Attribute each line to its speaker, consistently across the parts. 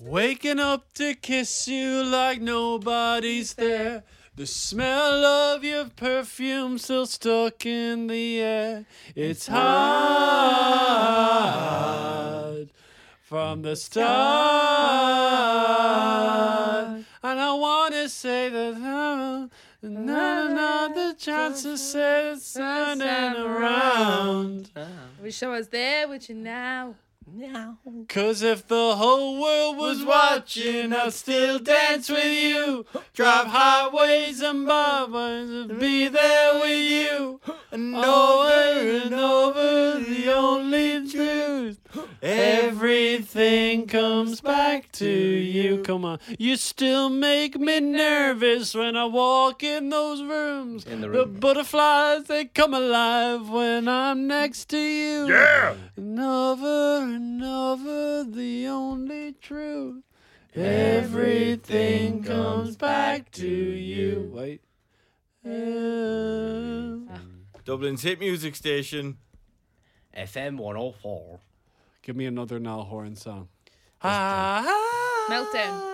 Speaker 1: Waking up to kiss you like nobody's there. The smell of your perfume still stuck in the air. It's hard from the start. And I want to say that I'm not another chance to say it's standing around.
Speaker 2: Wish I was there with you now.
Speaker 3: Now.
Speaker 1: Cause if the whole world was watching, I'd still dance with you. Drive highways and byways and be there with you. And over and over, the only truth. Everything comes back to you. Come on. You still make me nervous when I walk in those rooms.
Speaker 3: In the
Speaker 1: The
Speaker 3: room.
Speaker 1: butterflies, they come alive when I'm next to you.
Speaker 3: Yeah.
Speaker 1: And over and over, the only truth. Everything comes back to you. Wait. Uh,
Speaker 4: Dublin's hit music station.
Speaker 3: FM 104.
Speaker 1: give me another Niall Horan song. Ah,
Speaker 2: Meltdown.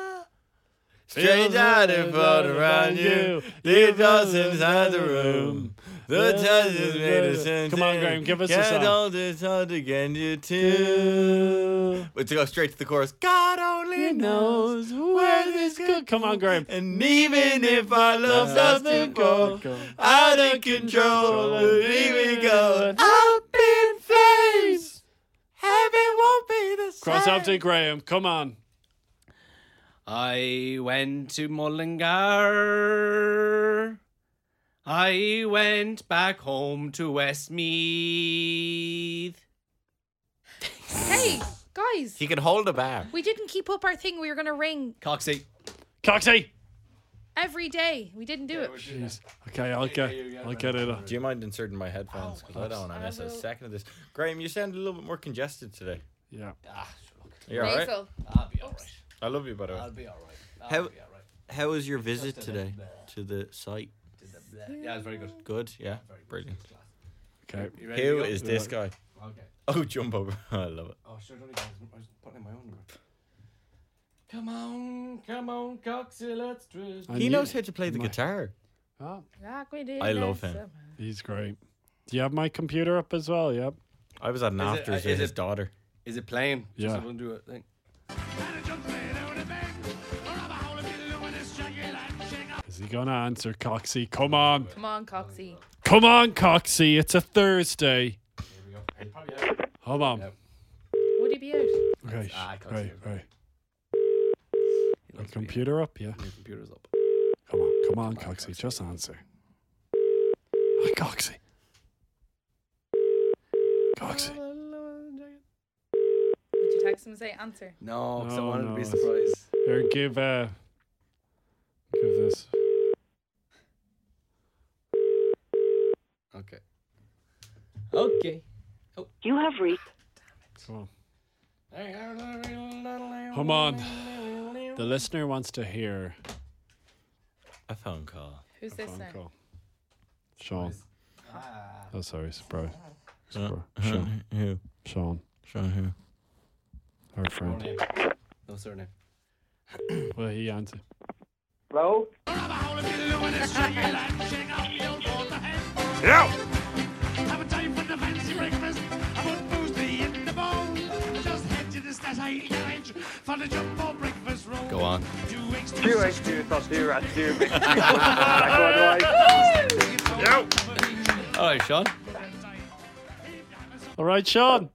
Speaker 4: Straight out in front around you. Leave us inside the room. The touch is made of sense.
Speaker 1: Come on, Graham, give us a
Speaker 4: Can't
Speaker 1: song.
Speaker 4: hold this hard again, you too. But to go straight to the chorus. God only
Speaker 1: He
Speaker 4: knows.
Speaker 1: knows where this could. Come on, Graham.
Speaker 4: And even if our love's
Speaker 1: Loves
Speaker 4: lost
Speaker 1: to
Speaker 4: to go,
Speaker 1: go.
Speaker 4: out of control, here we go. Up in flames. Heaven won't be the same.
Speaker 1: Cross up to Graham. Come on.
Speaker 3: I went to Mullingar. I went back home to Westmeath.
Speaker 2: Hey, guys,
Speaker 4: He can hold a bar.
Speaker 2: we didn't keep up our thing. We were going to ring
Speaker 3: Coxie.
Speaker 1: Coxie.
Speaker 2: every day. We didn't do it.
Speaker 1: Jeez. Okay, I'll get, I'll get it.
Speaker 4: Do you mind inserting my
Speaker 3: Oh,
Speaker 4: headphones? Because I don't want to miss
Speaker 2: I
Speaker 4: a
Speaker 2: will.
Speaker 4: second of this. Graham, you sound a little bit more congested today.
Speaker 1: Yeah.
Speaker 4: You're all right.
Speaker 2: Nasal.
Speaker 3: Ah, I'll be alright.
Speaker 4: I love you, by the way.
Speaker 3: I'll be alright. I'll
Speaker 4: How-
Speaker 3: be alright.
Speaker 4: How was your visit today to the site?
Speaker 3: Did the bleh. Yeah, it's very good.
Speaker 4: Good, yeah, brilliant.
Speaker 1: Okay.
Speaker 3: You ready to
Speaker 4: Who
Speaker 3: go?
Speaker 4: is this guy?
Speaker 3: Okay.
Speaker 4: Oh, Jumbo! I love it.
Speaker 3: Oh, sure, don't guys. I was putting in my own number. Come on, come on, Coxie, let's twist.
Speaker 1: And
Speaker 4: He
Speaker 1: you-
Speaker 4: knows how to play the guitar.
Speaker 1: Oh,
Speaker 2: Like we did
Speaker 4: I love
Speaker 2: last
Speaker 4: him.
Speaker 2: summer.
Speaker 1: he's great. Do you have my computer up as well? Yep.
Speaker 4: I was at an
Speaker 3: Is it-
Speaker 4: after
Speaker 3: uh,
Speaker 4: with
Speaker 3: is
Speaker 4: his
Speaker 3: it-
Speaker 4: daughter.
Speaker 3: Is it playing?
Speaker 1: Yeah.
Speaker 3: Just do it. Thing.
Speaker 1: Is he gonna answer, Coxie? Come on,
Speaker 2: Come on, Coxie.
Speaker 1: come on, Coxie. It's a Thursday. Hold on.
Speaker 2: Would he be out?
Speaker 1: Okay. sh-
Speaker 3: Ah, Coxie,
Speaker 1: Right.
Speaker 3: okay.
Speaker 1: Right.
Speaker 3: He
Speaker 1: My
Speaker 3: likes to be-
Speaker 1: computer up. Yeah.
Speaker 3: Your computer's up.
Speaker 1: Come on. Come on, Coxie. Just answer. Hi, Coxie. Coxie.
Speaker 2: Would you text him and say answer?
Speaker 3: No, 'cause I
Speaker 1: No,
Speaker 3: wanted to
Speaker 1: no,
Speaker 3: be
Speaker 1: it's-
Speaker 3: surprised.
Speaker 1: Here, give uh, give this.
Speaker 3: Okay. Okay.
Speaker 5: You have reached.
Speaker 1: Come on.
Speaker 3: Come
Speaker 1: on. The listener wants to hear
Speaker 4: A phone call.
Speaker 2: Who's this
Speaker 1: phone
Speaker 2: now?
Speaker 1: call. Sean. Oh, sorry, it's Bro. It's
Speaker 4: Uh,
Speaker 1: Bro.
Speaker 4: uh,
Speaker 1: Sean.
Speaker 4: Who?
Speaker 1: Sean.
Speaker 4: Sean who?
Speaker 1: Our friend.
Speaker 3: No surname.
Speaker 1: Well, he answered.
Speaker 5: Hello?
Speaker 3: Go on.
Speaker 5: Two eight two dot zero at zero. Back on right.
Speaker 3: All right, Sean.
Speaker 1: All right, Sean.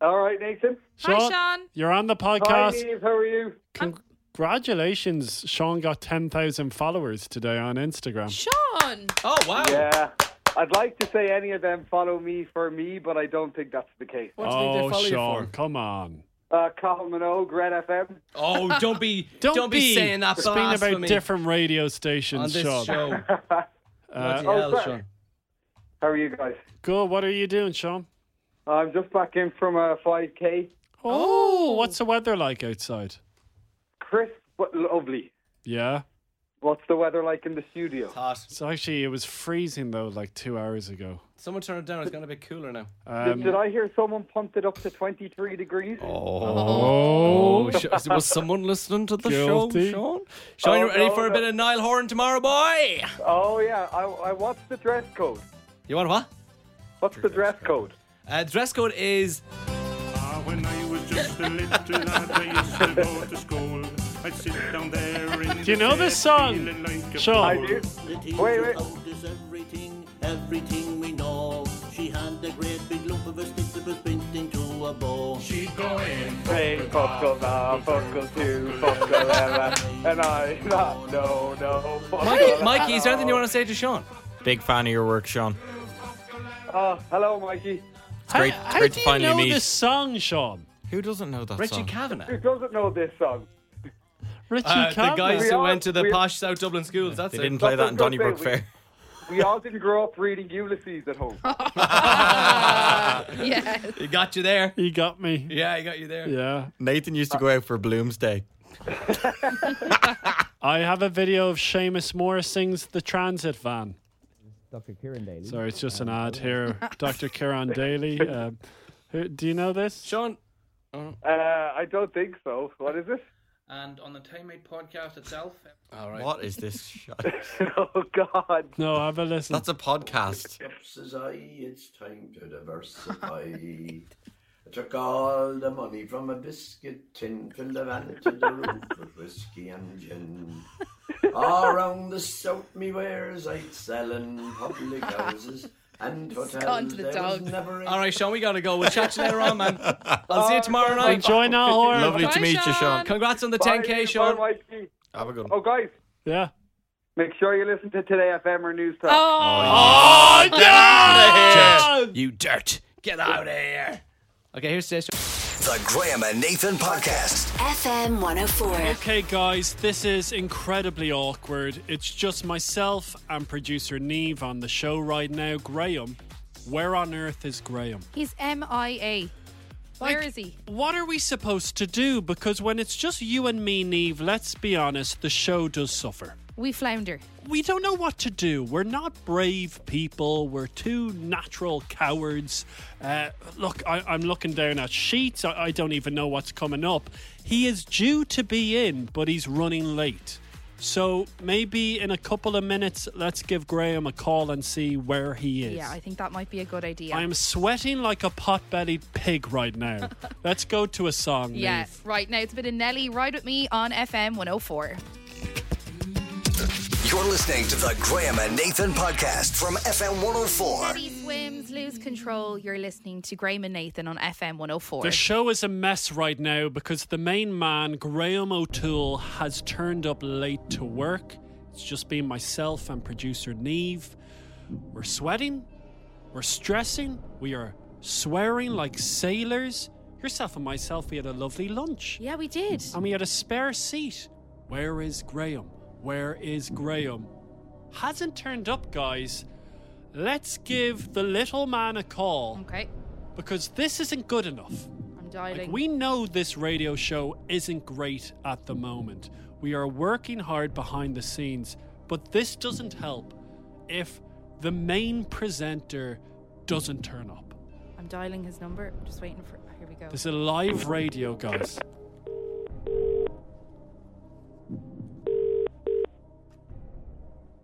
Speaker 5: All right, Nathan.
Speaker 2: Hi, Sean.
Speaker 1: You're on the
Speaker 5: Hi,
Speaker 1: podcast.
Speaker 5: Neve. How are you?
Speaker 1: Congratulations. Sean got 10,000 followers today on Instagram.
Speaker 2: Sean.
Speaker 3: Oh wow.
Speaker 5: Yeah. I'd like to say any of them follow me for me, but I don't think that's the case.
Speaker 3: What do you think they
Speaker 1: Oh,
Speaker 3: follow you
Speaker 1: Sean,
Speaker 3: for?
Speaker 1: come on.
Speaker 5: Uh, Colin Minogue, Red FM.
Speaker 3: Oh, don't be,
Speaker 1: Don't,
Speaker 3: don't, be, saying that
Speaker 1: Speaking about
Speaker 3: blasphemy
Speaker 1: different radio
Speaker 3: on
Speaker 1: stations,
Speaker 3: this
Speaker 1: Sean.
Speaker 3: show.
Speaker 1: Uh,
Speaker 3: Bloody
Speaker 5: oh,
Speaker 3: hell,
Speaker 5: sorry.
Speaker 3: Sean.
Speaker 5: How are you guys?
Speaker 1: Good. What are you doing, Sean?
Speaker 5: I'm just back in from uh, a 5K.
Speaker 1: Oh, what's the weather like outside?
Speaker 5: Crisp but lovely.
Speaker 1: Yeah.
Speaker 5: What's the weather like in the studio?
Speaker 3: Hot.
Speaker 1: It's actually, it was freezing though, like two hours ago.
Speaker 3: Someone turn it down. It's gonna be cooler now.
Speaker 5: Did,
Speaker 1: Um,
Speaker 4: Oh.
Speaker 5: did I hear someone pumped it up to 23 degrees?
Speaker 1: oh,
Speaker 3: Oh, Sh- was someone listening to the
Speaker 1: Guilty.
Speaker 3: show, Sean? Sean, you
Speaker 5: Oh,
Speaker 3: ready
Speaker 5: no,
Speaker 3: for a
Speaker 5: no.
Speaker 3: bit of Nile Horn tomorrow, boy?
Speaker 5: Oh yeah, I, I what's the dress code?
Speaker 3: You want what?
Speaker 5: What's the dress code?
Speaker 3: Uh, dress code is
Speaker 6: Ah, when I was just a little lad, I used to go to school. I'd sit down there in
Speaker 1: Do you know this song, Sean?
Speaker 5: I do. Wait, wait.
Speaker 7: Is everything, everything we know. She had a great big lump of a stick that was bent into a bow.
Speaker 6: She going
Speaker 5: Hey, Funkle now, Funkle two, Funkle ever, and I not no no.
Speaker 3: Mike, Mikey. Is there anything you want to say to Sean?
Speaker 4: Big fan of your work, Sean.
Speaker 5: Oh, hello, Mikey.
Speaker 4: It's great,
Speaker 1: how,
Speaker 4: it's
Speaker 1: how
Speaker 4: great
Speaker 1: do
Speaker 4: to
Speaker 1: you
Speaker 4: finally
Speaker 1: know
Speaker 4: meet.
Speaker 1: this song, Sean?
Speaker 4: Who doesn't know that
Speaker 3: Richie
Speaker 4: song?
Speaker 5: Who
Speaker 3: Kavanagh.
Speaker 5: doesn't know this song?
Speaker 1: Richie
Speaker 3: Uh, the
Speaker 1: Cavan.
Speaker 3: guys
Speaker 5: We
Speaker 3: who
Speaker 5: are-
Speaker 3: went to the
Speaker 5: we-
Speaker 3: posh South Dublin schools. That's
Speaker 4: they
Speaker 3: it.
Speaker 4: didn't play that in
Speaker 5: That's what I'm
Speaker 4: Donnybrook
Speaker 5: saying, we-
Speaker 4: Fair.
Speaker 5: We all didn't grow up reading Ulysses at home.
Speaker 2: Yes.
Speaker 3: He got you there.
Speaker 1: He got me.
Speaker 3: Yeah, he got you there.
Speaker 1: Yeah.
Speaker 4: Nathan used to go out for Bloomsday.
Speaker 1: I have a video of Seamus Moore sings The Transit Van.
Speaker 8: Dr. Kieran Daly. Uh,
Speaker 1: Sorry, it's just an ad here. Dr. Kieran Daly. Um, who, do you know this?
Speaker 3: Sean. Oh.
Speaker 5: Uh, I don't think so. What is it?
Speaker 9: and on the Time Made podcast itself.
Speaker 3: All right.
Speaker 4: What is this? shite?
Speaker 5: Oh God.
Speaker 1: No, have a listen.
Speaker 4: That's a podcast.
Speaker 7: Says I, it's time to
Speaker 3: Oh,
Speaker 7: diversify. I took all the money from a biscuit tin, filled the van to the roof with whiskey and gin. All round the south me wares I'd sell in public houses and hotels.
Speaker 2: gone to the
Speaker 7: There was
Speaker 2: dogs.
Speaker 7: never a
Speaker 3: All right, Sean. We gotta go. We'll chat to you later on, man. I'll see you tomorrow night.
Speaker 1: Enjoy now, Horn.
Speaker 4: Lovely
Speaker 2: Bye,
Speaker 4: to meet you, Sean.
Speaker 2: Sean.
Speaker 3: Congrats on the
Speaker 5: Bye,
Speaker 3: 10k,
Speaker 5: bye,
Speaker 3: Sean.
Speaker 5: Mikey.
Speaker 4: Have a good
Speaker 5: Oh,
Speaker 4: one.
Speaker 5: guys,
Speaker 1: Yeah.
Speaker 5: make sure you listen to Today FM or News Talk.
Speaker 2: Oh,
Speaker 3: Dirt. You dirt. Get out of here. Okay, here's Station.
Speaker 10: The Graham and Nathan Podcast.
Speaker 11: FM 104.
Speaker 1: Okay, guys, this is incredibly awkward. It's just myself and producer Neve on the show right now. Graham, where on earth is Graham?
Speaker 2: he's MIA. Where
Speaker 1: Like-
Speaker 2: is he?
Speaker 1: What are we supposed to do? Because when it's just you and me, Neve, let's be honest, the show does suffer.
Speaker 2: We flounder.
Speaker 1: we don't know what to do. We're not brave people. We're two natural cowards. Uh, look, I, I'm looking down at sheets. I, I don't even know what's coming up. He is due to be in, but he's running late. So maybe in a couple of minutes, let's give Graham a call and see where he is.
Speaker 2: Yeah, I think that might be a good idea.
Speaker 1: I am sweating like a pot-bellied pig right now. let's go to a song.
Speaker 2: yeah,
Speaker 1: Niamh.
Speaker 2: right now it's a bit of Nelly. Ride with me on FM 104.
Speaker 10: You're listening to the Graham and Nathan Podcast from FM 104.
Speaker 2: Nelly swims, lose control. You're listening to Graham and Nathan on FM 104.
Speaker 1: The show is a mess right now because the main man, Graham O'Toole, has turned up late to work. It's just been myself and producer Neve. We're sweating, we're stressing, we are swearing like sailors. Yourself and myself, we had a lovely lunch
Speaker 2: yeah, we did.
Speaker 1: and we had a spare seat. Where is Graham? Where is Graham? Hasn't turned up, guys. Let's give the little man a call
Speaker 2: Okay,
Speaker 1: because this isn't good enough.
Speaker 2: I'm dialing.
Speaker 1: Like, we know this radio show isn't great at the moment. We are working hard behind the scenes, but this doesn't help if the main presenter doesn't turn up.
Speaker 2: I'm dialing his number. I'm just waiting for. Here we go.
Speaker 1: This is live radio, guys.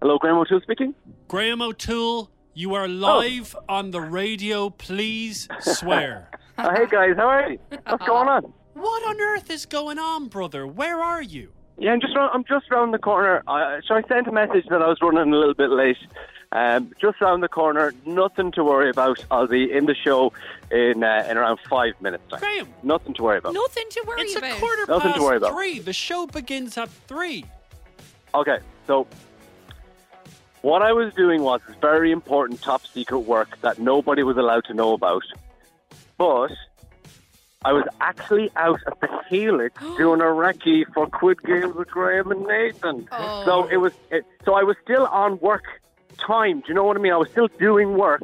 Speaker 5: Hello, Graham O'Toole speaking.
Speaker 1: Graham O'Toole, you are live on the radio. Please swear.
Speaker 5: Uh, hey guys, how are you? What's going on?
Speaker 1: what on earth is going on, brother? Where are you?
Speaker 5: Yeah, I'm just round, I'm just round the corner. Uh, so I sent a message that I was running a little bit late. Um, just round the corner, nothing to worry about. I'll be in the show in uh, in around five minutes. Time.
Speaker 1: Graham,
Speaker 5: Nothing to worry about.
Speaker 2: Nothing to worry
Speaker 1: it's
Speaker 2: about.
Speaker 1: a quarter
Speaker 5: Nothing to
Speaker 1: past
Speaker 5: worry about.
Speaker 1: three. The show begins at three.
Speaker 5: Okay, so what I was doing was very important top secret work that nobody was allowed to know about. But I was actually out at the Helix doing a recce for Quid Games with Graham and Nathan.
Speaker 2: Oh.
Speaker 5: So it was it, so I was still on work time. Do you know what I mean? I was still doing work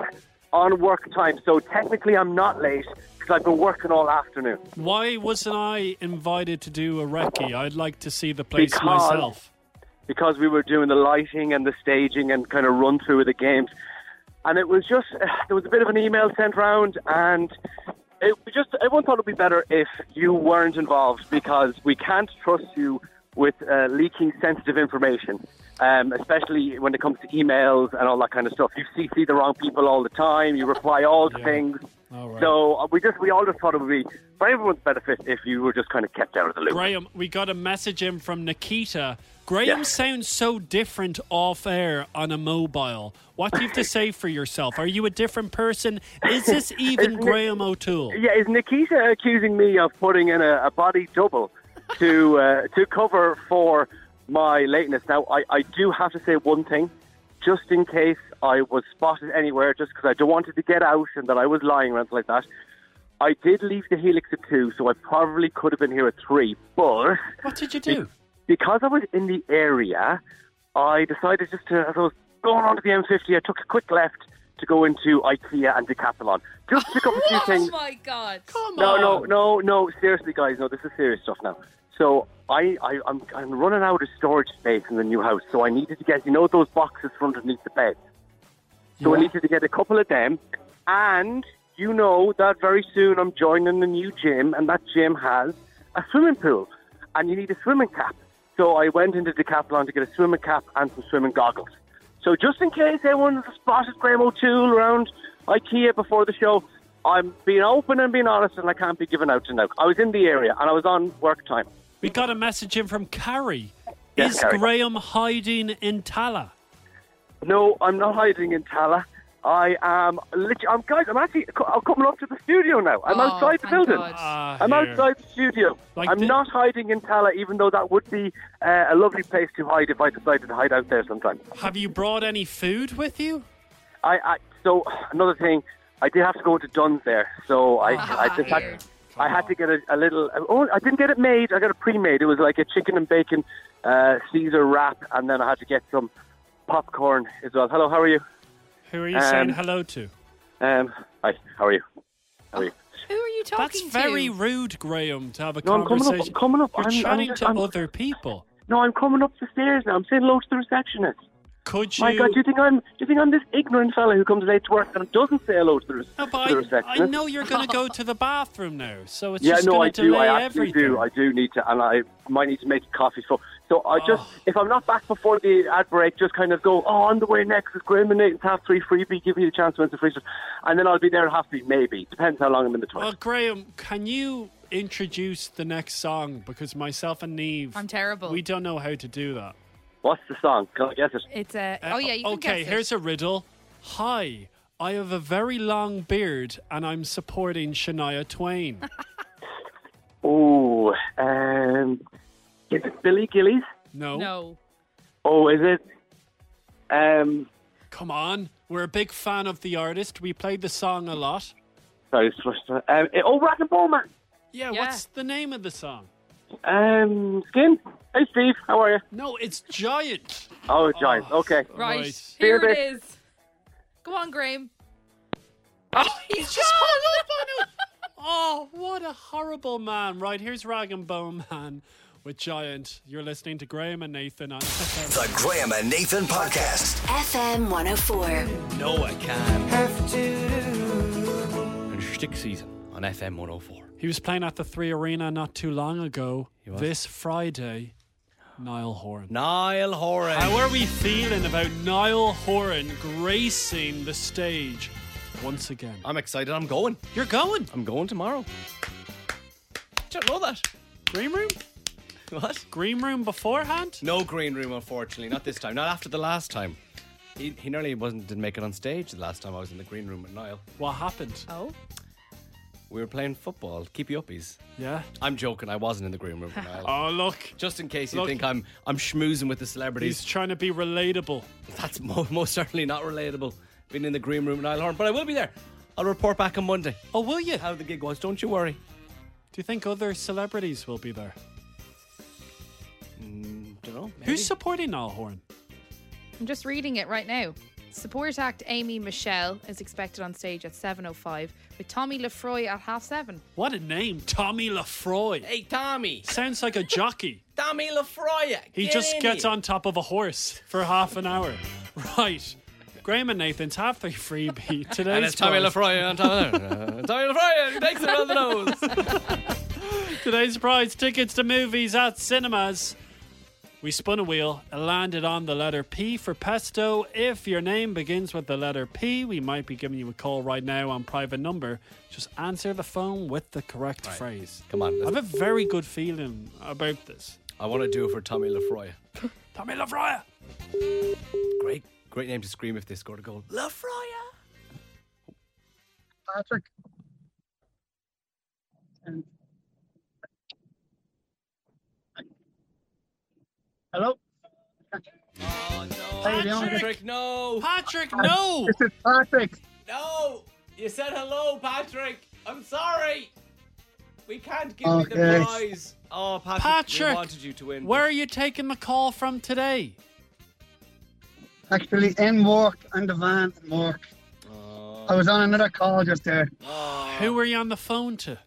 Speaker 5: on work time. So technically I'm not late because I've been working all afternoon.
Speaker 1: Why wasn't I invited to do a recce? I'd like to see the place
Speaker 5: Because-
Speaker 1: myself.
Speaker 5: because we were doing the lighting and the staging and kind of run uh, through of the games. And it was just, there was a bit of an email sent round, and it we just everyone thought it'd be better if you weren't involved because we can't trust you with uh, leaking sensitive information, um, especially when it comes to emails and all that kind of stuff. You CC the wrong people all the time. You reply all to things.
Speaker 1: All right.
Speaker 5: So uh, we just we all just thought it would be for everyone's benefit if you were just kind of kept out of the loop.
Speaker 1: Graham, we got a message in from Nikita. Graham sounds so different off air on a mobile. What do you have to say for yourself? Are you a different person? Is this even
Speaker 5: Isn't it-
Speaker 1: Graham O'Toole?
Speaker 5: Yeah, is Nikita accusing me of putting in a, a body double to uh, to cover for my lateness? Now, I, I do have to say one thing, just in case I was spotted anywhere, just because I don't wanted to get out and that I was lying or anything like that. I did leave the Helix at two, so I probably could have been here at three, but
Speaker 1: What did you do?
Speaker 5: because I was in the area, I decided just to, as I was going onto the M50, I took a quick left to go into IKEA and Decathlon. Just to pick up a few
Speaker 2: Oh
Speaker 5: things.
Speaker 2: my god.
Speaker 5: No, no, no, no. Seriously, guys, no. This is serious stuff now. So I, I I'm, I'm running out of storage space in the new house. So I needed to get, you know, those boxes from underneath the bed. So I needed to get a couple of them, and you know that very soon I'm joining a new gym, and that gym has a swimming pool, and you need a swimming cap. So I went into Decathlon to get a swimming cap and some swimming goggles. So just in case anyone spotted Graham O'Toole around IKEA before the show, I'm being open and being honest, and I can't be given out to now. I was in the area and I was on work time.
Speaker 1: We got a message in from Carrie.
Speaker 5: Yes,
Speaker 1: Is
Speaker 5: Carrie.
Speaker 1: Graham hiding in Tala?
Speaker 5: No, I'm not hiding in Tala. I am, lit- I'm guys. I'm actually, I'm coming up to the studio now. I'm
Speaker 2: Oh,
Speaker 5: outside the
Speaker 2: thank
Speaker 5: building.
Speaker 2: God.
Speaker 1: Ah,
Speaker 5: I'm
Speaker 1: here.
Speaker 5: outside the studio.
Speaker 1: Like
Speaker 5: I'm
Speaker 1: thi-
Speaker 5: not hiding in Tala, even though that would be uh, a lovely place to hide if I decided to hide out there sometime.
Speaker 1: Have you brought any food with you?
Speaker 5: I, I so another thing, I did have to go to Dunn's there, so I, I just had,
Speaker 2: weird.
Speaker 5: I had to get a, a little. Oh, I didn't get it made. I got it pre-made. It was like a chicken and bacon uh, Caesar wrap, and then I had to get some popcorn as well. Hello, how are you?
Speaker 1: Who are you
Speaker 5: Um,
Speaker 1: saying hello to?
Speaker 5: Um, hi, how are you? How are you?
Speaker 2: Who are you talking
Speaker 1: That's
Speaker 2: to?
Speaker 1: very rude, Graham, to have a
Speaker 5: No, I'm coming up.
Speaker 1: conversation.
Speaker 5: I'm coming up.
Speaker 1: You're
Speaker 5: I'm, I'm,
Speaker 1: chatting
Speaker 5: just-
Speaker 1: to
Speaker 5: I'm-
Speaker 1: other people.
Speaker 5: No, I'm coming up the stairs now. I'm saying hello to the receptionist.
Speaker 1: Could you?
Speaker 5: My God, do you think I'm? Do you think I'm this ignorant fella who comes late to work and doesn't say hello to the, re-
Speaker 1: No,
Speaker 5: to the
Speaker 1: but I, I
Speaker 5: receptionist?
Speaker 1: know you're going to go to the bathroom now, so it's
Speaker 5: Yeah,
Speaker 1: just
Speaker 5: no, I
Speaker 1: going to
Speaker 5: do.
Speaker 1: delay
Speaker 5: I actually
Speaker 1: everything.
Speaker 5: do. I do need to, and I might need to make coffee. So, so I just,
Speaker 1: Oh.
Speaker 5: if I'm not back before the ad break, just kind of go, oh, on the way next is Graham and Nathan's half three freebie, give you a chance to win some free stuff. And then I'll be there at half three, maybe. Depends how long I'm in the toilet.
Speaker 1: Well, Graham, can you introduce the next song? Because myself and Neve,
Speaker 2: I'm terrible.
Speaker 1: We don't know how to do that.
Speaker 5: What's the song? Can I guess it?
Speaker 2: It's a.
Speaker 1: Uh,
Speaker 2: oh yeah, you can
Speaker 1: okay,
Speaker 2: guess it.
Speaker 1: here's a riddle. Hi, I have a very long beard, and I'm supporting Shania Twain.
Speaker 5: Oh, um, is it Billy Gillies?
Speaker 1: No,
Speaker 2: No.
Speaker 5: Oh, is it? Um,
Speaker 1: come on. We're a big fan of the artist. We played the song a lot.
Speaker 5: sorry, it's flushed. Um, eh, oh, Rock and Bowman.
Speaker 1: Yeah,
Speaker 2: Yeah.
Speaker 1: What's the name of the song?
Speaker 5: Um, Skin. Hey, Steve. How are you?
Speaker 1: No, it's Giant.
Speaker 5: Oh, Giant. Okay.
Speaker 2: Right.
Speaker 1: Right.
Speaker 2: Here
Speaker 5: Here
Speaker 2: it is. Go on, Graham.
Speaker 1: Oh, he's just hung up on him. Oh, what a horrible man. Right, here's Rag and Bone Man with Giant. You're listening to Graham and Nathan on FM.
Speaker 10: The Graham and Nathan Podcast.
Speaker 11: FM 104.
Speaker 4: No, I can't.
Speaker 3: And Shtick Season on FM 104.
Speaker 1: He was playing at the Three Arena not too long ago.
Speaker 3: was?
Speaker 1: This Friday, Niall Horan.
Speaker 4: Niall Horan.
Speaker 1: How are we feeling about Niall Horan gracing the stage once again?
Speaker 3: I'm excited. I'm going.
Speaker 1: You're going.
Speaker 3: I'm going tomorrow. Don't know that.
Speaker 1: Green room?
Speaker 3: What?
Speaker 1: Green room beforehand?
Speaker 3: No green room, unfortunately. Not this time. Not after the last time. He, he nearly wasn't didn't make it on stage the last time I was in the green room with Niall.
Speaker 1: What happened?
Speaker 2: Oh.
Speaker 3: We were playing football. Keep you uppies.
Speaker 1: Yeah.
Speaker 3: I'm joking. I wasn't in the green room with Niall.
Speaker 1: Oh, look.
Speaker 3: Just in case you
Speaker 1: Look.
Speaker 3: think I'm I'm schmoozing with the
Speaker 1: He's
Speaker 3: celebrities,
Speaker 1: trying to be relatable.
Speaker 3: that's mo- most certainly not relatable. Being in the green room with Niall Horan, but I will be there. I'll report back on Monday
Speaker 1: Oh, will you?
Speaker 3: how the gig was. Don't you worry.
Speaker 1: Do you think other celebrities will be there?
Speaker 3: Mm, Don't know.
Speaker 1: Who's supporting Niall Horan?
Speaker 2: I'm just reading it right now. Support act Amy Michelle is expected on stage at 7.05 with Tommy Lefroy at half seven.
Speaker 1: What a name, Tommy Lafroy.
Speaker 3: Hey Tommy,
Speaker 1: Sounds like a jockey.
Speaker 3: Tommy Lafroya.
Speaker 1: He just gets on top of a horse for half an hour. Right. Graham and Nathan's half three freebie today.
Speaker 3: And it's Tommy Lefroy on top of there. Tommy Lefroy he takes it on the nose.
Speaker 1: Today's prize tickets to movies at cinemas. We spun a wheel and landed on the letter P for pesto. If your name begins with the letter P, we might be giving you a call right now on private number. Just answer the phone with the correct phrase.
Speaker 3: Come on,
Speaker 1: I
Speaker 3: let's-
Speaker 1: have a very good feeling about this.
Speaker 3: I want to do it for Tommy Lefroy.
Speaker 1: Tommy Lefroy.
Speaker 3: Great, great name to scream if they scored a goal. Lefroy.
Speaker 11: Patrick. Hello? How you doing?
Speaker 3: Oh, Patrick,
Speaker 1: Patrick,
Speaker 3: no.
Speaker 11: This is Patrick.
Speaker 3: No. You said hello, Patrick. I'm sorry. We can't give you the
Speaker 11: Okay.
Speaker 3: prize. Oh, Patrick, we
Speaker 1: Patrick,
Speaker 3: wanted you to win.
Speaker 1: Where are you taking the call from today?
Speaker 11: Actually, in work, in the van, in work. I was on another call just there.
Speaker 1: Who were you on the phone to?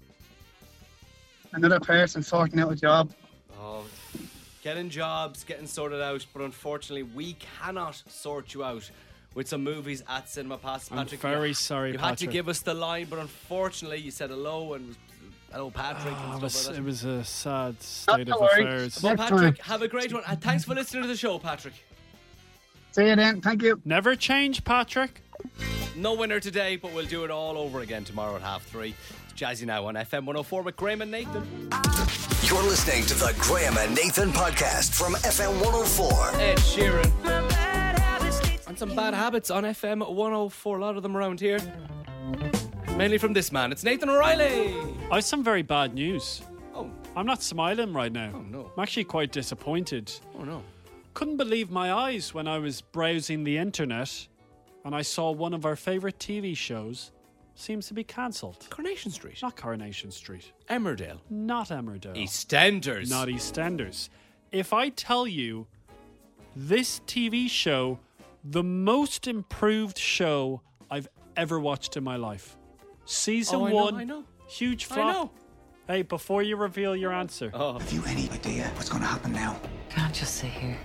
Speaker 11: Another person sorting out a job.
Speaker 3: Oh, getting jobs, getting sorted out, but unfortunately, we cannot sort you out with some movies at Cinema Pass.
Speaker 1: I'm
Speaker 3: Patrick,
Speaker 1: very
Speaker 3: you,
Speaker 1: sorry,
Speaker 3: You had to
Speaker 1: Patrick.
Speaker 3: give us the line, but unfortunately, you said hello and was, hello, Patrick.
Speaker 1: Oh,
Speaker 3: and
Speaker 1: it, was,
Speaker 3: stuff like that.
Speaker 1: it was a sad state
Speaker 11: to
Speaker 1: of
Speaker 11: worry.
Speaker 1: affairs.
Speaker 3: well,
Speaker 11: Next
Speaker 3: Patrick, have a great one, and thanks for listening to the show, Patrick.
Speaker 11: See you then. Thank you.
Speaker 1: Never change, Patrick.
Speaker 3: No winner today, but we'll do it all over again tomorrow at half three. It's Jazzy now on FM 104 with Graham and Nathan.
Speaker 10: You're listening to the Graham and Nathan podcast from FM 104.
Speaker 3: Ed Sheeran. And some bad habits on FM 104, a lot of them around here. Mainly from this man, it's Nathan O'Reilly.
Speaker 1: I have some very bad news.
Speaker 3: Oh,
Speaker 1: I'm not smiling right now.
Speaker 3: Oh, no.
Speaker 1: I'm actually quite disappointed.
Speaker 3: oh no.
Speaker 1: Couldn't believe my eyes when I was browsing the internet and I saw one of our favourite TV shows seems to be cancelled.
Speaker 3: Coronation Street,
Speaker 1: Not Coronation Street,
Speaker 3: Emmerdale,
Speaker 1: not Emmerdale,
Speaker 3: EastEnders.
Speaker 1: not EastEnders. If I tell you this TV show, the most improved show I've ever watched in my life, season
Speaker 3: Oh, I
Speaker 1: one,
Speaker 3: know, I know.
Speaker 1: huge
Speaker 3: I
Speaker 1: flop.
Speaker 3: know.
Speaker 1: Hey, before you reveal your answer,
Speaker 3: Oh,
Speaker 12: Have you any idea what's going to happen now?
Speaker 13: Can't just sit here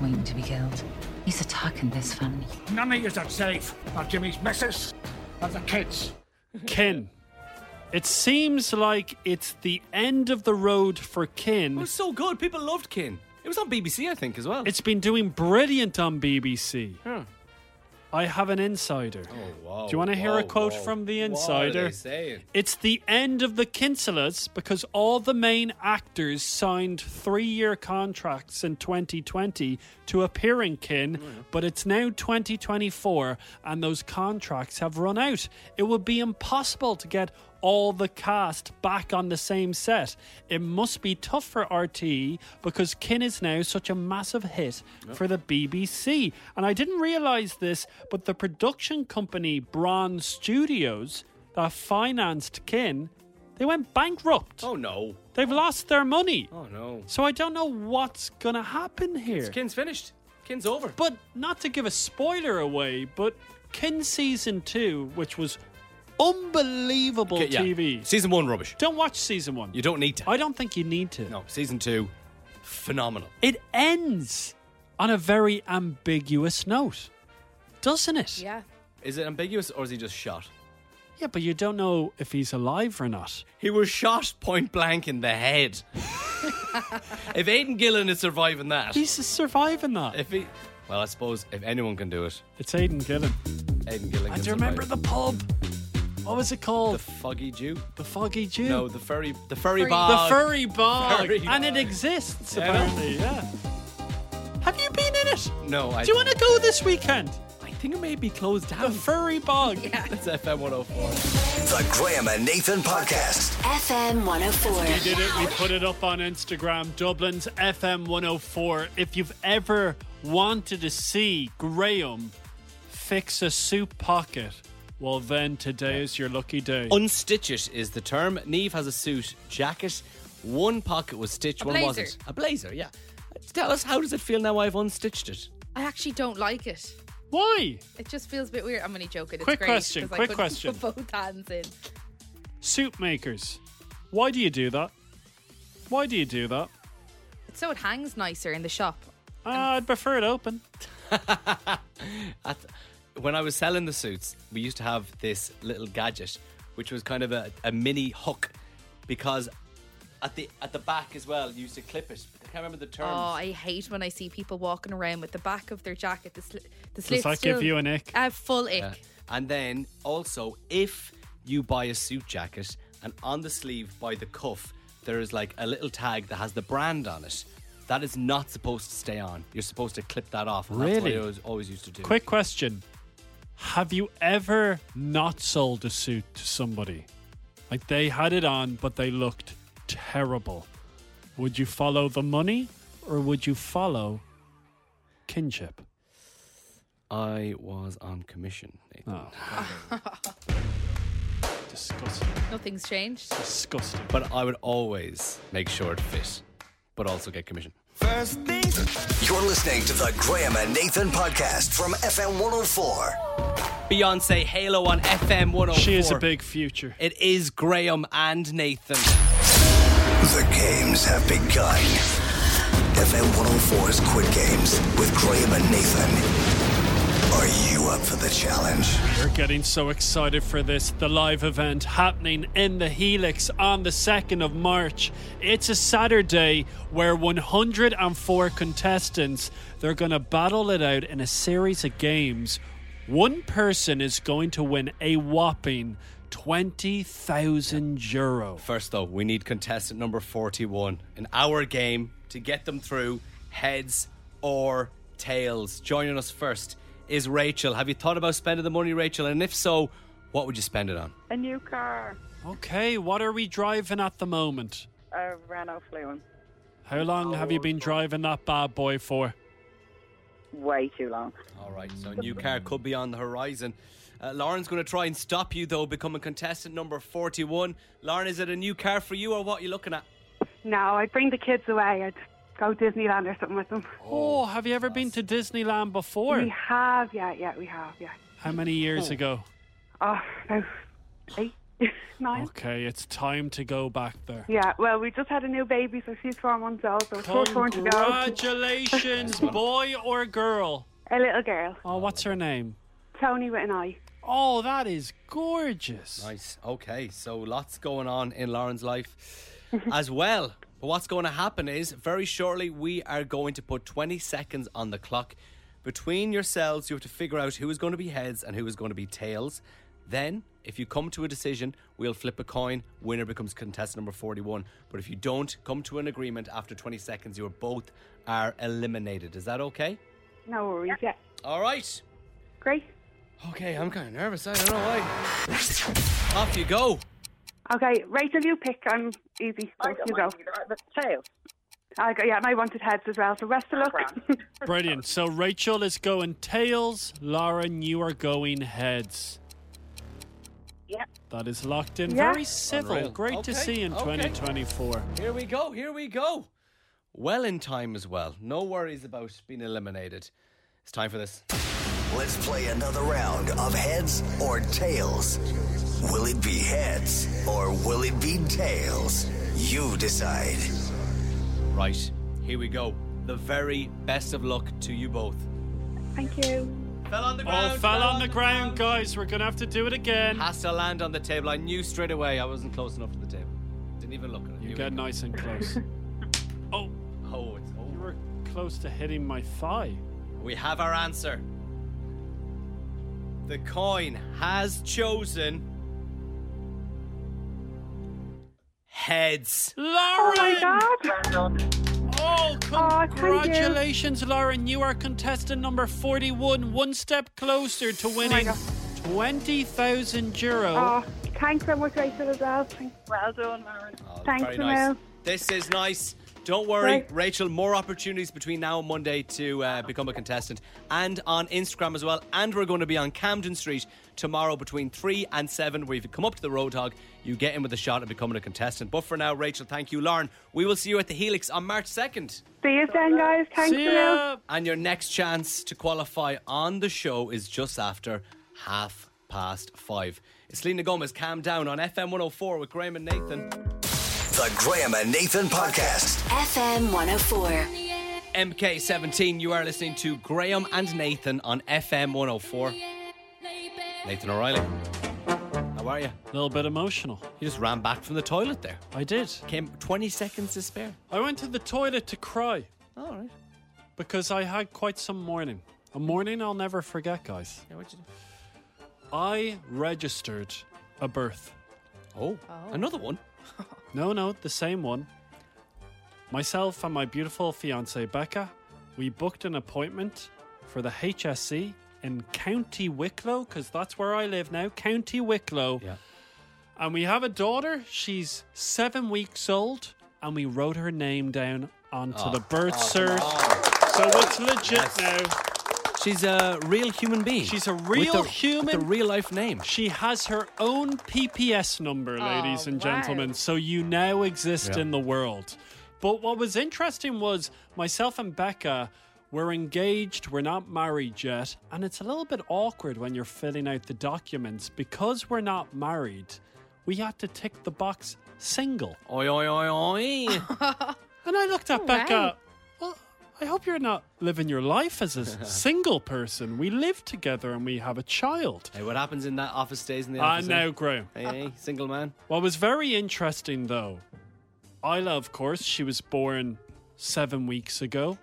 Speaker 13: waiting to be killed. He's attacking this family.
Speaker 14: None of yous are safe. Not Jimmy's missus, or the kids.
Speaker 1: Kin. It seems like it's the end of the road for
Speaker 3: it
Speaker 1: Kin.
Speaker 3: was so good. People loved Kin. It was on BBC, I think, as well.
Speaker 1: It's been doing brilliant on BBC. Hmm. I have an insider.
Speaker 3: Oh, wow.
Speaker 1: Do you want to hear
Speaker 3: wow,
Speaker 1: a quote
Speaker 3: wow.
Speaker 1: from the
Speaker 3: What are
Speaker 1: insider?
Speaker 3: they saying?
Speaker 1: It's the end of the Kinselas because all the main actors signed three year contracts in 2020 to appear in Kin,
Speaker 3: Hmm.
Speaker 1: but it's now 2024 and those contracts have run out. It would be impossible to get all the cast back on the same set. It must be tough for RTE because Kin is now such a massive hit
Speaker 3: Oh.
Speaker 1: for the BBC. And I didn't realize this, but the production company Bron Studios that financed Kin, they went bankrupt.
Speaker 3: Oh no.
Speaker 1: They've lost their money.
Speaker 3: Oh no.
Speaker 1: So I don't know what's going to happen here.
Speaker 3: Kin's finished. Kin's over.
Speaker 1: But not to give a spoiler away, but Kin season 2, which was unbelievable
Speaker 3: Okay, yeah.
Speaker 1: TV.
Speaker 3: Season one rubbish.
Speaker 1: Don't watch season 1.
Speaker 3: You don't need to.
Speaker 1: I don't think you need to.
Speaker 3: No, season two, phenomenal.
Speaker 1: It ends on a very ambiguous note, doesn't it?
Speaker 2: Yeah.
Speaker 3: Is it ambiguous or is he just shot?
Speaker 1: Yeah, but you don't know if he's alive or not.
Speaker 3: He was shot point blank in the head. if Aidan Gillen is surviving that,
Speaker 1: He's surviving that.
Speaker 3: if he, well, I suppose if anyone can do it,
Speaker 1: It's Aiden Gillen.
Speaker 3: Aidan Gillen.
Speaker 1: And
Speaker 3: can
Speaker 1: do you remember
Speaker 3: survive
Speaker 1: the pub? What was it
Speaker 3: it.
Speaker 1: called?
Speaker 3: the foggy Jew?
Speaker 1: The Foggy Jew.
Speaker 3: No, the furry, the furry
Speaker 2: Furry.
Speaker 1: the
Speaker 3: bar.
Speaker 1: Furry Bog.
Speaker 3: Furry
Speaker 1: and
Speaker 3: bog.
Speaker 1: it exists,
Speaker 3: Yeah.
Speaker 1: apparently, yeah. Have you been in it?
Speaker 3: No, I.
Speaker 1: Do you want to go this weekend?
Speaker 3: I think it may be closed
Speaker 1: The
Speaker 3: down.
Speaker 1: Furry Bog.
Speaker 3: That's FM 104.
Speaker 10: The Graham and Nathan podcast.
Speaker 15: FM 104.
Speaker 1: We did it. We put it up on Instagram, Dublin's FM 104. If you've ever wanted to see Graham fix a soup pocket, well, then today is your lucky day.
Speaker 3: Unstitch it is the term. Neve has a suit jacket. One pocket was stitched,
Speaker 2: A
Speaker 3: one
Speaker 2: blazer.
Speaker 3: wasn't. A blazer, yeah. Tell us how does it feel now I've unstitched it?
Speaker 2: I actually don't like it.
Speaker 1: Why?
Speaker 2: It just feels a bit weird. I'm only joking. It's
Speaker 1: Quick
Speaker 2: great
Speaker 1: question,
Speaker 2: 'cause I
Speaker 1: quick
Speaker 2: couldn't
Speaker 1: question.
Speaker 2: Put both hands in.
Speaker 1: Soup makers. Why do you do that? Why do you do that?
Speaker 2: So it hangs nicer in the shop.
Speaker 1: Ah, I'd prefer it open.
Speaker 3: At- when I was selling the suits, we used to have this little gadget, which was kind of a, a mini hook, because at the at the back as well, you used to clip it. I can't remember the terms.
Speaker 2: Oh, I hate when I see people walking around with the back of their jacket. The, sli- the
Speaker 3: Does
Speaker 2: slits.
Speaker 3: that give
Speaker 2: still-
Speaker 3: you an ick?
Speaker 2: A full ick.
Speaker 3: Yeah. And then also, if you buy a suit jacket and on the sleeve by the cuff, there is like a little tag that has the brand on it. That is not supposed to stay on. You're supposed to clip that off. And That's what
Speaker 1: Really?
Speaker 3: I always, always used to do.
Speaker 1: Quick question. Have you ever not sold a suit to somebody? Like they had it on, but they looked terrible. Would you follow the money or would you follow kinship?
Speaker 3: I was on commission. Nathan.
Speaker 1: Oh. Disgusting.
Speaker 2: Nothing's changed.
Speaker 1: Disgusting.
Speaker 3: But I would always make sure it fit, but also get commission.
Speaker 10: First things. You're listening to the Graham and Nathan podcast from FM 104.
Speaker 3: Beyonce Halo on FM 104.
Speaker 1: She is a big future.
Speaker 3: It is Graham and Nathan.
Speaker 10: The games have begun. FM 104's Quid oh Games with Graham and Nathan. Are you up for the challenge?
Speaker 1: We're getting so excited for this. The live event happening in the Helix on the 2nd of March. It's a Saturday where 104 contestants they're going to battle it out in a series of games. One person is going to win a whopping 20,000 euro.
Speaker 3: First, though, we need contestant number 41 in our game to get them through heads or tails. Joining us first is Rachel. Have you thought about spending the money, Rachel? And if so, what would you spend it on?
Speaker 15: A new car,
Speaker 1: Okay, what are we driving at the moment?
Speaker 15: a Renault Fluence.
Speaker 1: How long have you been driving that bad boy for?
Speaker 15: Way too long.
Speaker 3: All right, so a new car could be on the horizon. Uh, Lauren's going to try and stop you, though, becoming contestant number 41. Lauren, is it a new car for you or what are you looking at?
Speaker 16: No, I'd bring the kids away. I'd go Disneyland or something with them.
Speaker 1: Oh, have you ever been to Disneyland before?
Speaker 16: We have, yeah, yeah, we have, yeah.
Speaker 1: How many years
Speaker 16: Oh.
Speaker 1: ago?
Speaker 16: Oh, no, eight, nine.
Speaker 1: Okay, it's time to go back there.
Speaker 16: Yeah, well, we just had a new baby, so she's four months old, so it's still torn to go.
Speaker 1: Congratulations, boy or girl?
Speaker 16: A little girl,
Speaker 1: Oh, what's her name?
Speaker 16: Tony with an eye.
Speaker 1: Oh, that is gorgeous.
Speaker 3: Nice. Okay, so lots going on in Lauren's life as well. But what's going to happen is very shortly we are going to put 20 seconds on the clock. Between yourselves, you have to figure out who is going to be heads and who is going to be tails. Then, if you come to a decision, we'll flip a coin. Winner becomes contestant number 41. But if you don't come to an agreement after 20 seconds, you are both are eliminated. Is that okay?
Speaker 16: No worries, yeah.
Speaker 3: All right.
Speaker 16: Great.
Speaker 3: Okay, I'm kind of nervous. I don't know why. Off you go.
Speaker 16: Okay, Rachel, you pick. I'm easy. I you go. Tails. I go, yeah, and I wanted heads as well, so rest of luck.
Speaker 1: Brilliant. So Rachel is going tails. Lauren, you are going heads.
Speaker 15: Yep.
Speaker 1: That is locked in.
Speaker 3: Yeah.
Speaker 1: Very civil.
Speaker 3: Unreal.
Speaker 1: Great
Speaker 3: Okay,
Speaker 1: to see in
Speaker 3: okay.
Speaker 1: 2024.
Speaker 3: Here we go, here we go. Well in time as well. No worries about being eliminated. It's time for this.
Speaker 10: Let's play another round of heads or tails. Will it be heads or will it be tails? You decide.
Speaker 3: Right, here we go. The very best of luck to you both.
Speaker 16: Thank you.
Speaker 3: Fell on the
Speaker 1: Oh, fell on the ground, guys. We're going to have to do it again.
Speaker 3: Has to land on the table. I knew straight away I wasn't close enough to the table. Didn't even look at it.
Speaker 1: You
Speaker 3: Here we
Speaker 1: get
Speaker 3: go.
Speaker 1: nice and close. oh.
Speaker 3: Oh, it's over.
Speaker 1: You were close to hitting my thigh.
Speaker 3: We have our answer. The coin has chosen heads.
Speaker 1: Lauren!
Speaker 16: Oh my god!
Speaker 1: Oh,
Speaker 16: thank you.
Speaker 1: congratulations, Lauren. You are contestant number 41, one step closer to winning 20,000 euro.
Speaker 16: Oh, thanks so much, Rachel, as well. Thanks.
Speaker 15: Well done, Maren.
Speaker 16: Thanks,
Speaker 3: Very
Speaker 16: Emil.
Speaker 3: nice. This is nice. Don't worry,
Speaker 16: Right.
Speaker 3: Rachel. More opportunities between now and Monday to uh, become a contestant, and on Instagram as well. And we're going to be on Camden Street tomorrow between three and seven. Where if you come up to the Roadhog, you get in with a shot at becoming a contestant. But for now, Rachel, thank you, Lauren. We will see you at the Helix on March second.
Speaker 16: See you then, guys. Thanks,
Speaker 1: See
Speaker 16: Emil.
Speaker 1: ya.
Speaker 3: And your next chance to qualify on the show is just after half past five. It's Lena Gomez. Calm down on FM 104 with Graham and Nathan.
Speaker 10: The Graham and Nathan podcast.
Speaker 17: FM 104.
Speaker 3: MK17, you are listening to Graham and Nathan on FM 104. Nathan O'Reilly. How are you?
Speaker 1: A little bit emotional.
Speaker 3: You just ran back from the toilet there.
Speaker 1: I did.
Speaker 3: Came 20 seconds to spare.
Speaker 1: I went to the toilet to cry.
Speaker 3: All right.
Speaker 1: Because I had quite some morning. A morning I'll never forget, guys.
Speaker 3: Yeah, what'd you do?
Speaker 1: I registered a birth.
Speaker 3: Oh, another one.
Speaker 1: No, no, the same one. Myself and my beautiful fiancee Becca, we booked an appointment for the HSC in County Wicklow, because that's where I live now, County Wicklow.
Speaker 3: Yeah.
Speaker 1: And we have a daughter. She's seven weeks old, and we wrote her name down onto
Speaker 3: Oh.
Speaker 1: the birth
Speaker 3: Oh,
Speaker 1: cert.
Speaker 3: come
Speaker 1: So it's legit now.
Speaker 3: She's a real human being.
Speaker 1: She's a real
Speaker 3: with a,
Speaker 1: human.
Speaker 3: With a real life name.
Speaker 1: She has her own PPS number, ladies and
Speaker 3: wow.
Speaker 1: gentlemen, so you now exist
Speaker 3: Yeah.
Speaker 1: in the world. But what was interesting was myself and Becca were engaged, we're not married yet, and it's a little bit awkward when you're filling out the documents because we're not married. We had to tick the box single.
Speaker 3: Oi, oi, oi, oi.
Speaker 1: And I looked at
Speaker 2: Oh,
Speaker 1: Becca.
Speaker 2: wow.
Speaker 1: Well, I hope you're not living your life as a single person. We live together and we have a child.
Speaker 3: hey, what happens in that office stays in the
Speaker 1: I
Speaker 3: office. eh?
Speaker 1: know, Graham.
Speaker 3: Hey, hey, single man.
Speaker 1: What was very interesting, though, Isla, of course, she was born seven weeks ago.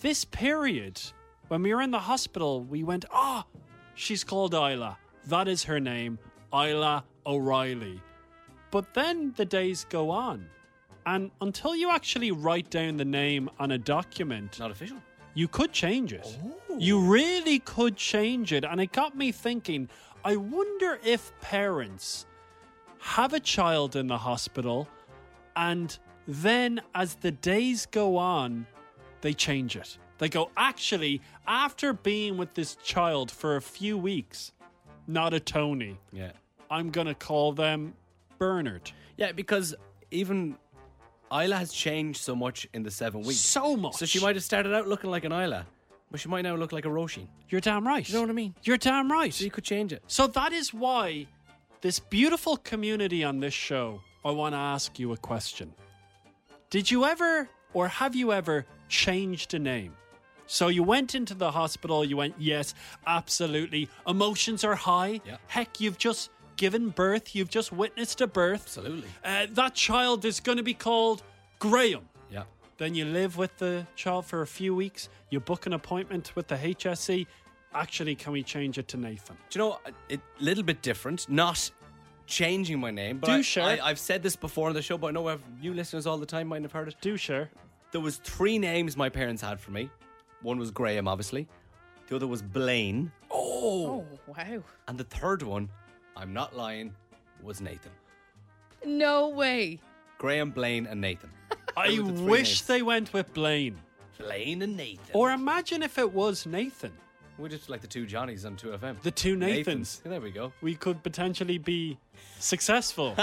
Speaker 1: This period, when we were in the hospital, we went, ah, she's called Isla. That is her name, Isla O'Reilly. But then the days go on. And until you actually write down the name on a document,
Speaker 3: Not official. Oh.
Speaker 1: you could change it. You really could change it. And it got me thinking I wonder if parents have a child in the hospital and then as the days go on, they change it. They go, actually, after being with this child for a few weeks, not a Tony,
Speaker 3: Yeah.
Speaker 1: I'm going to call them Bernard.
Speaker 3: Yeah, because even Isla has changed so much in the seven weeks.
Speaker 1: So much.
Speaker 3: So she might have started out looking like an Isla, but she might now look like a Roisin.
Speaker 1: You're damn right.
Speaker 3: You know what I mean?
Speaker 1: You're damn right.
Speaker 3: So you could change it.
Speaker 1: So that is why this beautiful community on this show, I want to ask you a question. Did you ever or have you ever changed a name? So you went into the hospital, you went, yes, absolutely. Emotions are high.
Speaker 3: Yeah.
Speaker 1: Heck, you've just given birth, you've just witnessed a birth.
Speaker 3: Absolutely.
Speaker 1: Uh, that child is going to be called Graham.
Speaker 3: Yeah.
Speaker 1: Then you live with the child for a few weeks, you book an appointment with the HSE. Actually, can we change it to Nathan?
Speaker 3: Do you know a little bit different? Not changing my name, but
Speaker 1: Do
Speaker 3: I,
Speaker 1: share.
Speaker 3: I, have said this before on the show, but I know I've, you listeners all the time might have heard it.
Speaker 1: Do share.
Speaker 3: There was three names my parents had for me. One was Graham, obviously. The other was Blaine,
Speaker 2: Oh, wow.
Speaker 3: and the third one, I'm not lying, was Nathan.
Speaker 2: No way.
Speaker 3: Graham, Blaine, and Nathan.
Speaker 1: I
Speaker 3: Those were the three
Speaker 1: wish
Speaker 3: names.
Speaker 1: they went with Blaine.
Speaker 3: Blaine and Nathan.
Speaker 1: Or imagine if it was Nathan.
Speaker 3: We're just like the two Johnnies on 2FM.
Speaker 1: The two Nathans.
Speaker 3: There we go.
Speaker 1: We could potentially be successful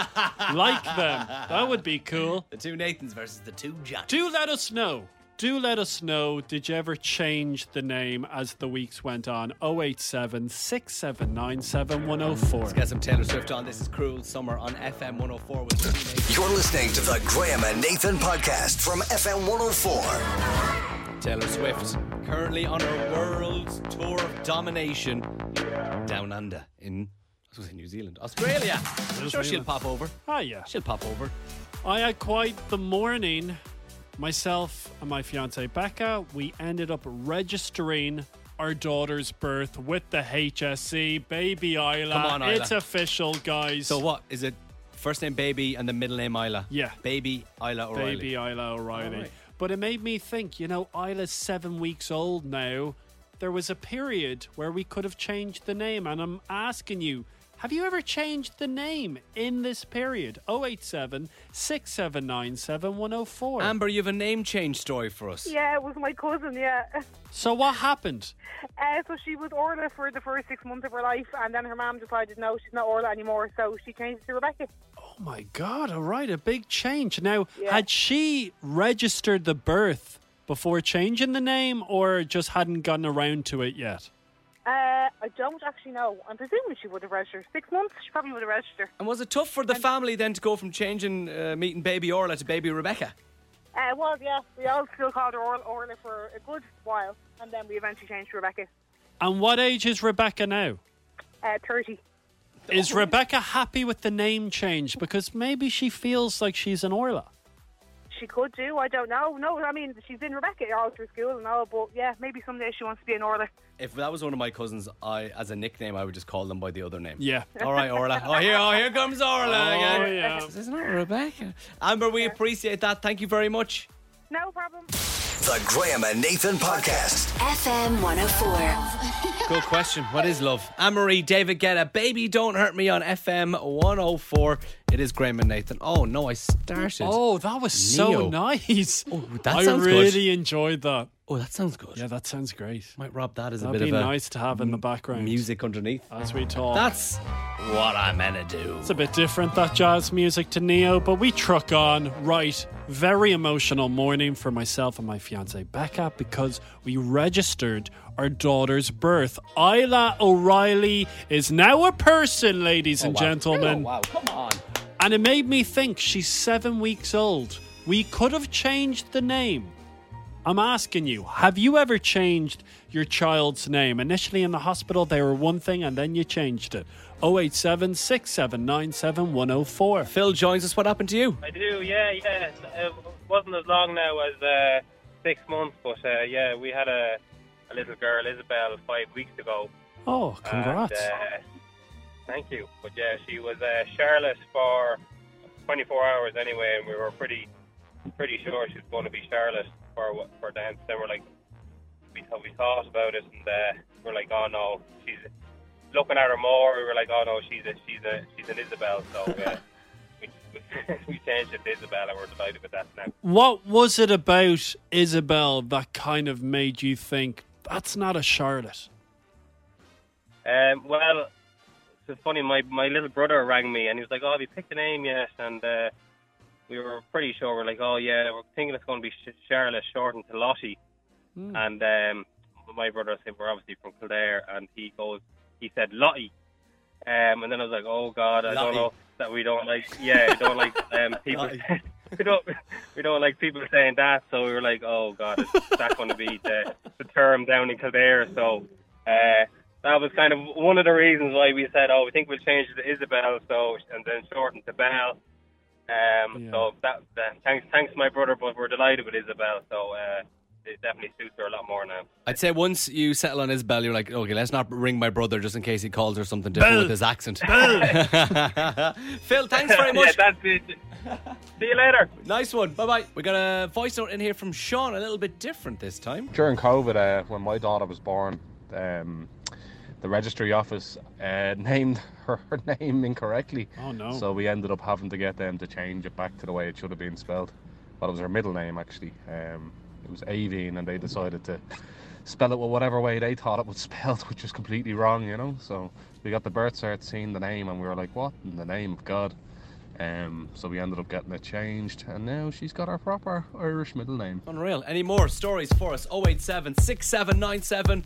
Speaker 1: like them. That would be cool.
Speaker 3: The two Nathans versus the two Johnnies.
Speaker 1: Do let us know. Do let us know. Did you ever change the name as the weeks went on? 087 679 oh
Speaker 3: Let's get some Taylor Swift on. This is Cruel Summer on FM 104 with two Nathans.
Speaker 10: You're listening to the Graham and Nathan podcast from FM 104.
Speaker 3: Taylor Swift, currently on her world tour of domination down under in, I was gonna say New Zealand, Australia. I'm sure she'll
Speaker 1: Zealand.
Speaker 3: pop over.
Speaker 1: Hiya.
Speaker 3: She'll pop over.
Speaker 1: Ah, I had quite the morning. Myself and my fiancee Becca, we ended up registering our daughter's birth with the HSC. Baby Isla.
Speaker 3: Come on, Isla.
Speaker 1: It's official, guys.
Speaker 3: So what is it? First name Baby and the middle name Isla.
Speaker 1: Yeah.
Speaker 3: Baby Isla O'Reilly.
Speaker 1: Baby Isla O'Reilly.
Speaker 3: Alright.
Speaker 1: But it made me think, you know, Isla's seven weeks old now. There was a period where we could have changed the name, and I'm asking you, have you ever changed the name in this period? 087 679 7104.
Speaker 3: Amber, you have a name change story for us.
Speaker 16: Yeah, it was my cousin, yeah.
Speaker 1: So what happened?
Speaker 16: Uh, so she was Orla for the first six months of her life, and then her mom decided, no, she's not Orla anymore, so she changed it to Rebecca.
Speaker 1: Oh my God, all right, a big change. Now,
Speaker 16: Yeah.
Speaker 1: had she registered the birth before changing the name or just hadn't gotten around to it yet?
Speaker 16: Uh, I don't actually know. I'm presuming she would have registered. Six months, she probably would have registered.
Speaker 3: And was it tough for the family then to go from changing uh, meeting Baby Orla to Baby Rebecca?
Speaker 16: Uh, well, yeah, we all still called her Orla, Orla for a good while, and then we eventually changed to Rebecca.
Speaker 1: And what age is Rebecca now?
Speaker 15: Uh, 30.
Speaker 3: Oh.
Speaker 1: Is Rebecca happy with the name change? Because maybe she feels like she's an Orla.
Speaker 15: She could do, I don't know. No, I mean, she's in Rebecca all through school and all, but yeah, maybe someday she wants to be an order.
Speaker 3: If that was one of my cousins, I as a nickname, I would just call them by the other name.
Speaker 1: Yeah.
Speaker 3: All right, Orla. Oh, here, oh, here comes Orla
Speaker 1: Oh,
Speaker 3: again.
Speaker 1: yeah.
Speaker 3: Isn't that Rebecca? Amber, we appreciate that. Thank you very much.
Speaker 15: No problem.
Speaker 10: The Graham and Nathan Podcast.
Speaker 17: FM 104.
Speaker 3: Good question. What is love? Anne-Marie, David Guetta, Baby Don't Hurt Me on FM 104. It is Graham and Nathan. Oh, no, I started.
Speaker 1: Oh, that was so
Speaker 3: Neo.
Speaker 1: nice. Oh,
Speaker 3: that
Speaker 1: I
Speaker 3: sounds good.
Speaker 1: really enjoyed that.
Speaker 3: Oh, that sounds good.
Speaker 1: Yeah, that sounds great.
Speaker 3: Might rob that as a
Speaker 1: That'd
Speaker 3: bit
Speaker 1: be
Speaker 3: of a
Speaker 1: nice to have in the background
Speaker 3: music underneath.
Speaker 1: as we talk.
Speaker 3: That's what I'm gonna do.
Speaker 1: It's a bit different, that jazz music to Neo, but we truck on. Right. Very emotional morning for myself and my fiancee Becca because we registered our daughter's birth. Isla O'Reilly is now a person, ladies and gentlemen.
Speaker 3: Oh, wow, come on.
Speaker 1: And it made me think she's seven weeks old. We could have changed the name. I'm asking you, have you ever changed your child's name? Initially in the hospital, they were one thing and then you changed it. 087 679 7104.
Speaker 3: Phil joins us. What happened to you?
Speaker 18: I do, yeah, yeah. It wasn't as long now as uh, six months, but uh, yeah, we had a, a little girl, Isabel, five weeks ago.
Speaker 1: Oh, congrats.
Speaker 18: And, uh, thank you. But yeah, she was uh, Charlotte for 24 hours anyway, and we were pretty pretty sure she was going to be Charlotte for wha- for dance. Then we're like, we thought, we thought about it, and uh, we're like, oh no, she's looking at her more. We were like, oh no, she's a she's a she's an Isabel. So uh, we, we changed it to Isabel, and we're delighted with that now.
Speaker 1: What was it about Isabel that kind of made you think that's not a Charlotte?
Speaker 18: Um, well, it's funny. My my little brother rang me and he was like, "Oh, have you picked a name yet?" And uh, we were pretty sure. We're like, "Oh yeah, we're thinking it's going to be Sh- Charlotte shortened to Lottie."
Speaker 1: Hmm.
Speaker 18: And um, my brother said, "We're obviously from Kildare," and he goes, he said Lottie. Um, and then I was like, "Oh God, I don't
Speaker 19: Lottie.
Speaker 18: know that we don't like, yeah, we don't like um, people." we don't we don't like people saying that, so we were like, oh god, is that going to be the, the term down in Kildare? So uh, that was kind of one of the reasons why we said, oh, we think we'll change it to Isabel, so and then shorten to Bell. Um, So that, that thanks thanks to my brother, but we're delighted with Isabel. So uh, it definitely suits her a lot more now.
Speaker 3: I'd say once you settle on Isabel, you're like, okay, let's not ring my brother just in case he calls her something different
Speaker 18: Bell.
Speaker 3: with his accent. Phil, thanks very much.
Speaker 18: yeah, that's it. See you later.
Speaker 3: Nice one. Bye bye. We got a voice note in here from Sean, a little bit different this time.
Speaker 20: During COVID, uh, when my daughter was born, um, the registry office uh, named her, her name incorrectly.
Speaker 1: Oh, no.
Speaker 20: So we ended up having to get them to change it back to the way it should have been spelled. Well, it was her middle name actually. Um, it was Avine, and they decided to spell it with whatever way they thought it was spelled, which was completely wrong, you know. So we got the birth cert, seen the name, and we were like, "What in the name of God?" Um, so we ended up getting it changed, and now she's got her proper Irish middle name.
Speaker 3: Unreal. Any more stories for us? 087 6797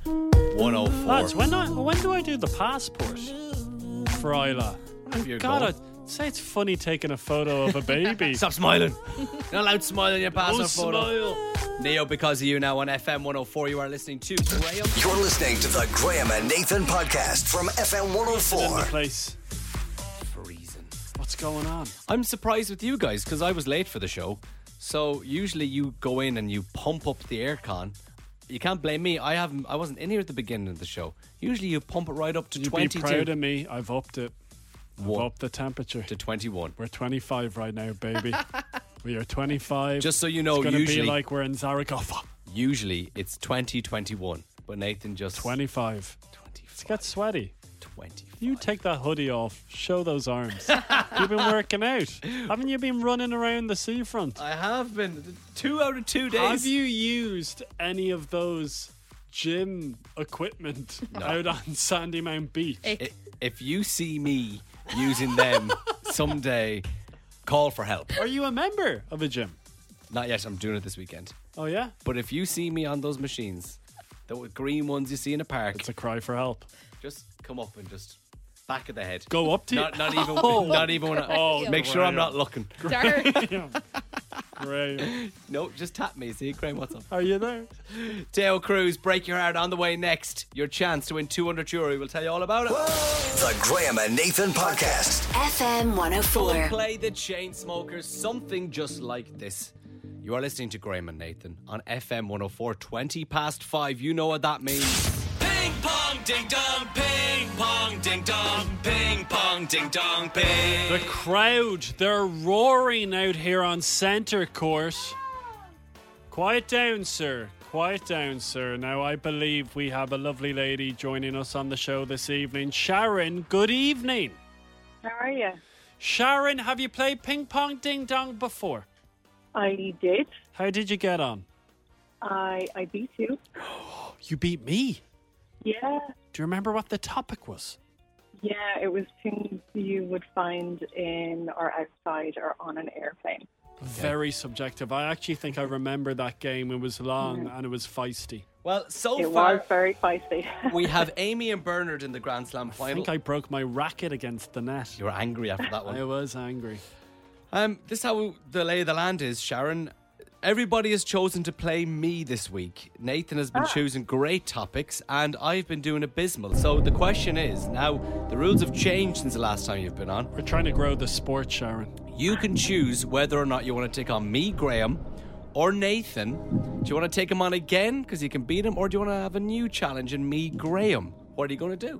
Speaker 3: 104.
Speaker 1: Lads, when, I, when do I do the passport for Isla?
Speaker 3: you're
Speaker 1: God,
Speaker 3: going.
Speaker 1: I'd say it's funny taking a photo of a baby.
Speaker 3: Stop smiling. You're not allowed to smile in your
Speaker 1: Don't
Speaker 3: passport photo. Neo, because of you now on FM 104, you are listening to Graham.
Speaker 10: You're listening to the Graham and Nathan Podcast from FM 104.
Speaker 1: place. What's going on?
Speaker 3: I'm surprised with you guys because I was late for the show. So usually you go in and you pump up the aircon. You can't blame me. I haven't. I wasn't in here at the beginning of the show. Usually you pump it right up to
Speaker 1: You'd be
Speaker 3: 22.
Speaker 1: proud of me. I've upped it. I've
Speaker 3: What?
Speaker 1: upped the temperature. To
Speaker 3: 21.
Speaker 1: We're 25 right now, baby. we are 25.
Speaker 3: Just so you know,
Speaker 1: it's gonna
Speaker 3: usually-
Speaker 1: be like we're in Zaragoza.
Speaker 3: Usually it's 20, 21. But Nathan just
Speaker 1: 25.
Speaker 3: 25. It's
Speaker 1: got sweaty.
Speaker 3: 20.
Speaker 1: You take that hoodie off. Show those arms. You've been working out. Haven't you been running around the seafront?
Speaker 3: I have been. Two out of two days.
Speaker 1: Have you used any of those gym equipment out on Sandy Mount Beach?
Speaker 3: I- If you see me using them someday, call for help.
Speaker 1: Are you a member of a gym?
Speaker 3: Not yet. I'm doing it this weekend.
Speaker 1: Oh, yeah?
Speaker 3: But if you see me on those machines, the green ones you see in a park, it's
Speaker 1: a cry for help.
Speaker 3: Just come up and just back of the head.
Speaker 1: Go up to you.
Speaker 3: not, Not even.
Speaker 1: Oh,
Speaker 3: not even. When I,
Speaker 1: oh,
Speaker 3: make sure I'm not looking.
Speaker 1: Dark.
Speaker 3: Graham. no, just tap me. See, Graham, what's up?
Speaker 1: Are you there?
Speaker 3: Dale Cruz, break your heart on the way next. Your chance to win 200 euro. We'll tell you all about it.
Speaker 10: The Graham and Nathan Podcast.
Speaker 17: FM 104.
Speaker 3: Play the chain smokers, something just like this. You are listening to Graham and Nathan on FM 104, 20 past 5. You know what that means. Ping pong ding dong, ping pong ding dong, ping pong ding dong, ping.
Speaker 1: The crowd, they're roaring out here on centre court. Quiet down, sir. Quiet down, sir. Now, I believe we have a lovely lady joining us on the show this evening. Sharon, good evening.
Speaker 19: How are you?
Speaker 1: Sharon, have you played ping pong ding dong before?
Speaker 19: I did.
Speaker 1: How did you get on?
Speaker 19: I I beat you.
Speaker 1: You beat me.
Speaker 19: Yeah,
Speaker 1: Do you remember what the topic was?
Speaker 19: yeah. It was things you would find in or outside or on an airplane.
Speaker 1: Very subjective. I actually think I remember that game. It was long and it was feisty.
Speaker 3: Well, so
Speaker 19: it
Speaker 3: far,
Speaker 19: was very feisty.
Speaker 3: we have Amy and Bernard in the Grand Slam
Speaker 1: I
Speaker 3: final.
Speaker 1: think I broke my racket against the net.
Speaker 3: You were angry after that one.
Speaker 1: I was angry.
Speaker 3: Um, this is how the lay of the land is, Sharon. Everybody has chosen to play me this week. Nathan has been
Speaker 1: Ah.
Speaker 3: choosing great topics, and I've been doing abysmal. So the question is now, the rules have changed since the last time you've been on.
Speaker 1: We're trying to grow the sport, Sharon.
Speaker 3: You can choose whether or not you want to take on me, Graham, or Nathan. Do you want to take him on again because you can beat him, or do you want to have a new challenge in me, Graham? What are you going to do?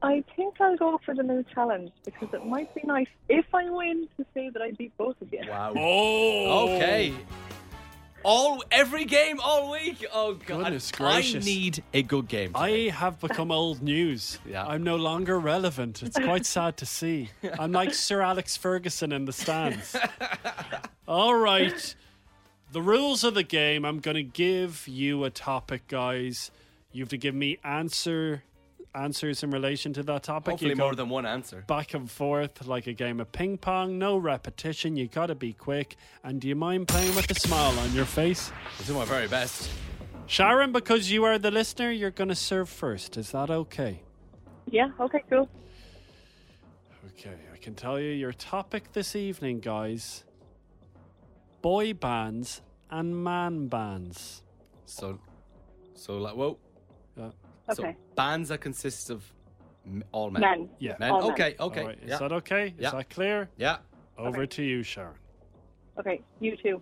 Speaker 19: I think I'll go for the new challenge because it might be nice if I win to say that I beat both of you.
Speaker 3: Wow.
Speaker 1: Oh.
Speaker 3: Okay. All every game all week. Oh god.
Speaker 1: Goodness gracious.
Speaker 3: I need a good game.
Speaker 1: I have become old news.
Speaker 3: Yeah.
Speaker 1: I'm no longer relevant. It's quite sad to see. I'm like Sir Alex Ferguson in the stands. All right. The rules of the game I'm going to give you a topic, guys. You have to give me answer answers in relation to that topic.
Speaker 3: Hopefully
Speaker 1: you go
Speaker 3: more than one answer.
Speaker 1: back and forth like a game of ping pong, no repetition. You got to be quick. And do you mind playing with a smile on your face?
Speaker 3: I do my very best.
Speaker 1: Sharon, because you are the listener, you're going to serve first. Is that okay?
Speaker 19: Yeah. Okay. Cool.
Speaker 1: Okay, I can tell you your topic this evening, guys boy bands and man bands.
Speaker 3: So so like whoa.
Speaker 1: Yeah.
Speaker 3: So
Speaker 19: Okay.
Speaker 3: bands that consist of m- all men.
Speaker 19: Men.
Speaker 1: Yeah.
Speaker 3: Men.
Speaker 19: All men.
Speaker 3: okay, okay.
Speaker 1: All right, is
Speaker 3: yeah.
Speaker 1: that okay? Is
Speaker 3: Yeah.
Speaker 1: that clear?
Speaker 3: yeah.
Speaker 1: Over to you, Sharon.
Speaker 19: Okay. You too.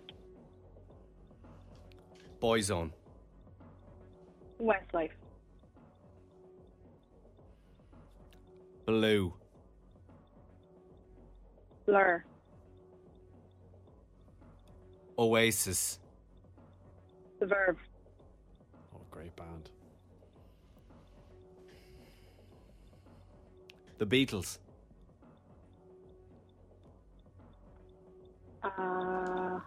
Speaker 3: Boyzone.
Speaker 19: Westlife.
Speaker 3: Blue.
Speaker 19: Blur.
Speaker 3: Oasis.
Speaker 19: The Verve.
Speaker 1: Oh, great band.
Speaker 3: The Beatles.
Speaker 19: Uh,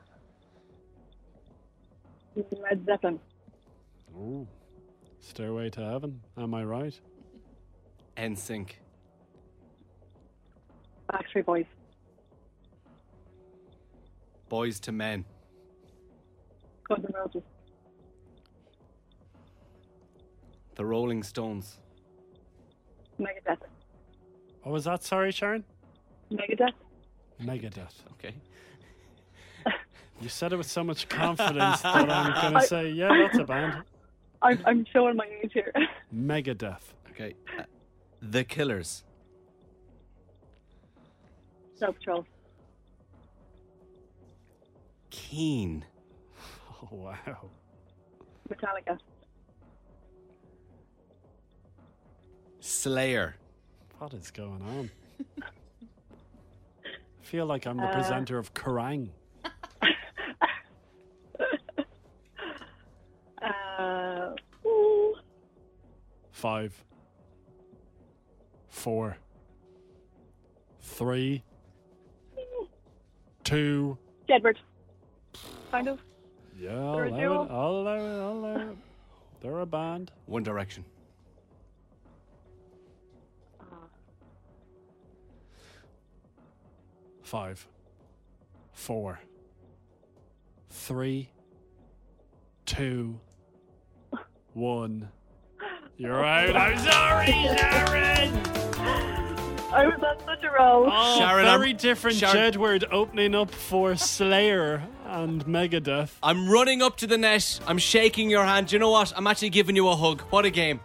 Speaker 19: Led Zeppelin.
Speaker 1: Ooh. Stairway to Heaven. Am I right?
Speaker 3: NSYNC.
Speaker 19: Backstreet Boys.
Speaker 3: Boys to Men.
Speaker 19: Guns N' Roses.
Speaker 3: The Rolling Stones.
Speaker 19: Megadeth.
Speaker 1: What was Oh, that? Sorry, Sharon?
Speaker 19: Megadeth.
Speaker 1: Megadeth.
Speaker 3: Okay.
Speaker 1: You said it with so much confidence that I'm going to say, yeah, that's a band.
Speaker 19: I'm, I'm showing my age here.
Speaker 1: Megadeth.
Speaker 3: Okay. Uh, the Killers.
Speaker 19: Snow Patrol.
Speaker 3: Keen.
Speaker 1: Oh, wow.
Speaker 19: Metallica.
Speaker 3: Slayer.
Speaker 1: What is going on? I feel like I'm the
Speaker 19: Uh,
Speaker 1: presenter of Kerrang.
Speaker 19: Uh, ooh,
Speaker 1: Five. Four. Three. Two.
Speaker 19: Jedward. Kind of.
Speaker 1: Yeah, I'll
Speaker 19: They're a
Speaker 1: allow it.
Speaker 19: duo.
Speaker 1: I'll allow it. I'll allow it. They're a band.
Speaker 3: One Direction.
Speaker 1: Uh. Five. Four. Three. Two. One. You're out. I'm sorry, Sharon.
Speaker 19: I was on such a roll.
Speaker 1: Oh,
Speaker 3: Sharon, I'm-
Speaker 1: very different
Speaker 3: Sharon-
Speaker 1: Jedward opening up for Slayer and Megadeth.
Speaker 3: I'm running up to the net. I'm shaking your hand. Do you know what? I'm actually giving you a hug. What a game.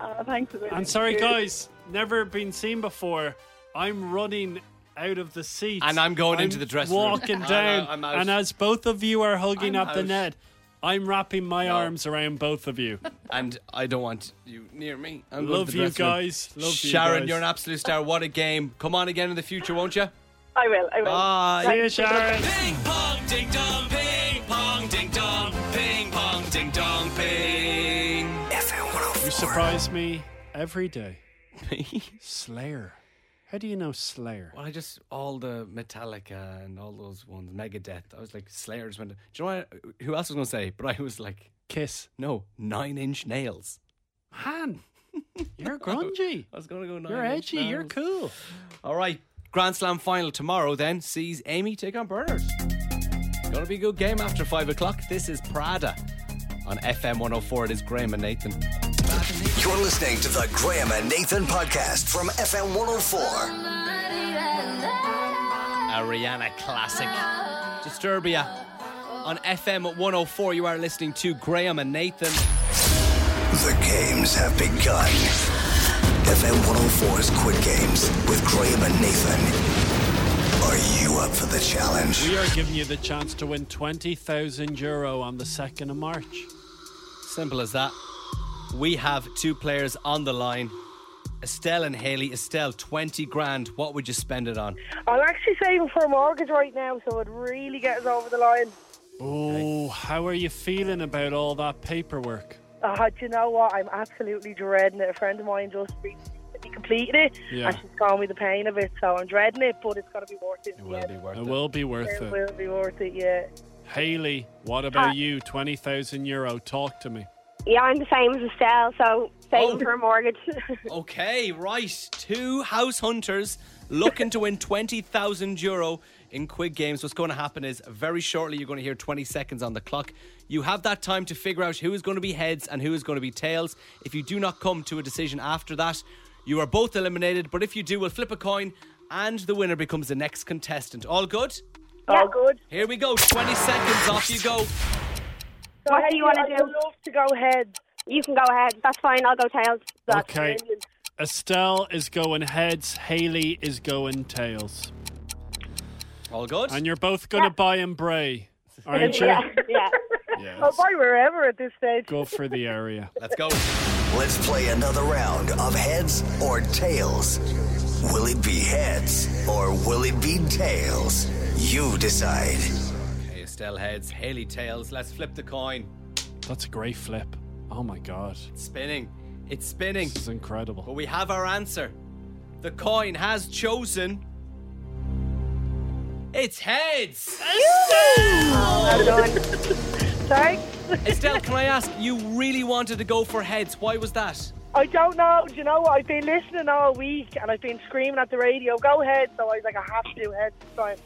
Speaker 19: Uh, thanks for
Speaker 1: I'm sorry, guys. Never been seen before. I'm running out of the seat.
Speaker 3: And I'm going into the dressing room.
Speaker 1: walking
Speaker 3: I'm
Speaker 1: down.
Speaker 3: out- I'm out.
Speaker 1: And as both of you are hugging
Speaker 3: I'm
Speaker 1: up the
Speaker 3: out.
Speaker 1: net, I'm wrapping my
Speaker 3: No.
Speaker 1: arms around both of you.
Speaker 3: And I don't want you near me. I'm
Speaker 1: Love you guys. Love you
Speaker 3: Sharon,
Speaker 1: guys.
Speaker 3: are an absolute star. What a game. Come on again in the future, won't you?
Speaker 19: I will. I will.
Speaker 3: Bye.
Speaker 19: Thanks.
Speaker 3: Ping pong, ding dong, ping pong, ding dong, ping pong, ding dong, ping.
Speaker 1: You surprise me every day. Slayer. How do you know Slayer?
Speaker 3: Well, I just all the Metallica and all those ones, Megadeth. I was like Slayers. When do you know what, who else was going to say? But I was like
Speaker 1: Kiss.
Speaker 3: No, Nine Inch Nails.
Speaker 1: Man, you're grungy.
Speaker 3: I was going to go. Nine
Speaker 1: You're
Speaker 3: Inch
Speaker 1: edgy. You're
Speaker 3: Nails.
Speaker 1: cool.
Speaker 3: All right, Grand Slam final tomorrow. Then sees Amy take on Bernard. Going to be a good game after five o'clock. This is Prada on FM 104. It is Graham and Nathan.
Speaker 10: You're listening to the Graham and Nathan podcast from FM 104.
Speaker 3: A Rihanna classic. Disturbia on FM 104. You are listening to Graham and Nathan.
Speaker 10: The games have begun. FM 104's Quid oh Games with Graham and Nathan. Are you up for the challenge?
Speaker 1: We are giving you the chance to win 20,000 euro on the 2nd of March.
Speaker 3: Simple as that. Uh, We have two players on the line. Estelle and Haley. Estelle, 20 grand. What would you spend it on?
Speaker 15: I'm actually saving for a mortgage right now, so it really gets over the line.
Speaker 1: Oh, how are you feeling about all that paperwork?
Speaker 15: Uh, do you know what? I'm absolutely dreading it. A friend of mine just recently completed it,
Speaker 1: Yeah.
Speaker 15: and she's gone with the pain of it, so I'm dreading it, but it's going to be worth it. in the end.
Speaker 1: it. will be worth
Speaker 15: It
Speaker 1: it.
Speaker 15: will be worth it, yeah.
Speaker 1: Haley, what about
Speaker 16: Hi.
Speaker 1: you? 20,000 euro. Talk to me.
Speaker 16: Yeah, I'm the same as Estelle, so saving
Speaker 3: Oh.
Speaker 16: for a mortgage.
Speaker 3: Okay, right. Two house hunters looking to win 20,000 euro in Quid Games. What's going to happen is very shortly you're going to hear 20 seconds on the clock. You have that time to figure out who is going to be heads and who is going to be tails. If you do not come to a decision after that, you are both eliminated. But if you do, we'll flip a coin and the winner becomes the next contestant. All good?
Speaker 15: All good.
Speaker 3: Here we go. 20 seconds. Off you go.
Speaker 15: So
Speaker 16: What do you wanna
Speaker 15: I'd
Speaker 16: do?
Speaker 15: love to go ahead.
Speaker 16: you can go ahead. That's fine. I'll go tails. That's
Speaker 1: Okay.
Speaker 16: brilliant.
Speaker 1: Estelle is going heads, Haley is going tails.
Speaker 3: All good?
Speaker 1: And you're both going to buy and bray, aren't you?
Speaker 15: yeah, yeah. I'll buy wherever at this stage.
Speaker 1: Go for the area.
Speaker 3: Let's go.
Speaker 10: Let's play another round of heads or tails. Will it be heads or will it be tails? You decide.
Speaker 3: Hey, Estelle heads, Haley tails. Let's flip the coin.
Speaker 1: That's a great flip. Oh my god.
Speaker 3: It's spinning. It's spinning.
Speaker 1: This is incredible.
Speaker 3: But we have our answer. The coin has chosen. It's heads. Estelle!
Speaker 15: Sorry?
Speaker 3: Estelle, can I ask? You really wanted to go for heads. Why was that?
Speaker 15: I don't know. Do you know what? I've been listening all week and I've been screaming at the radio, go ahead. So I was like, I have to do head this time.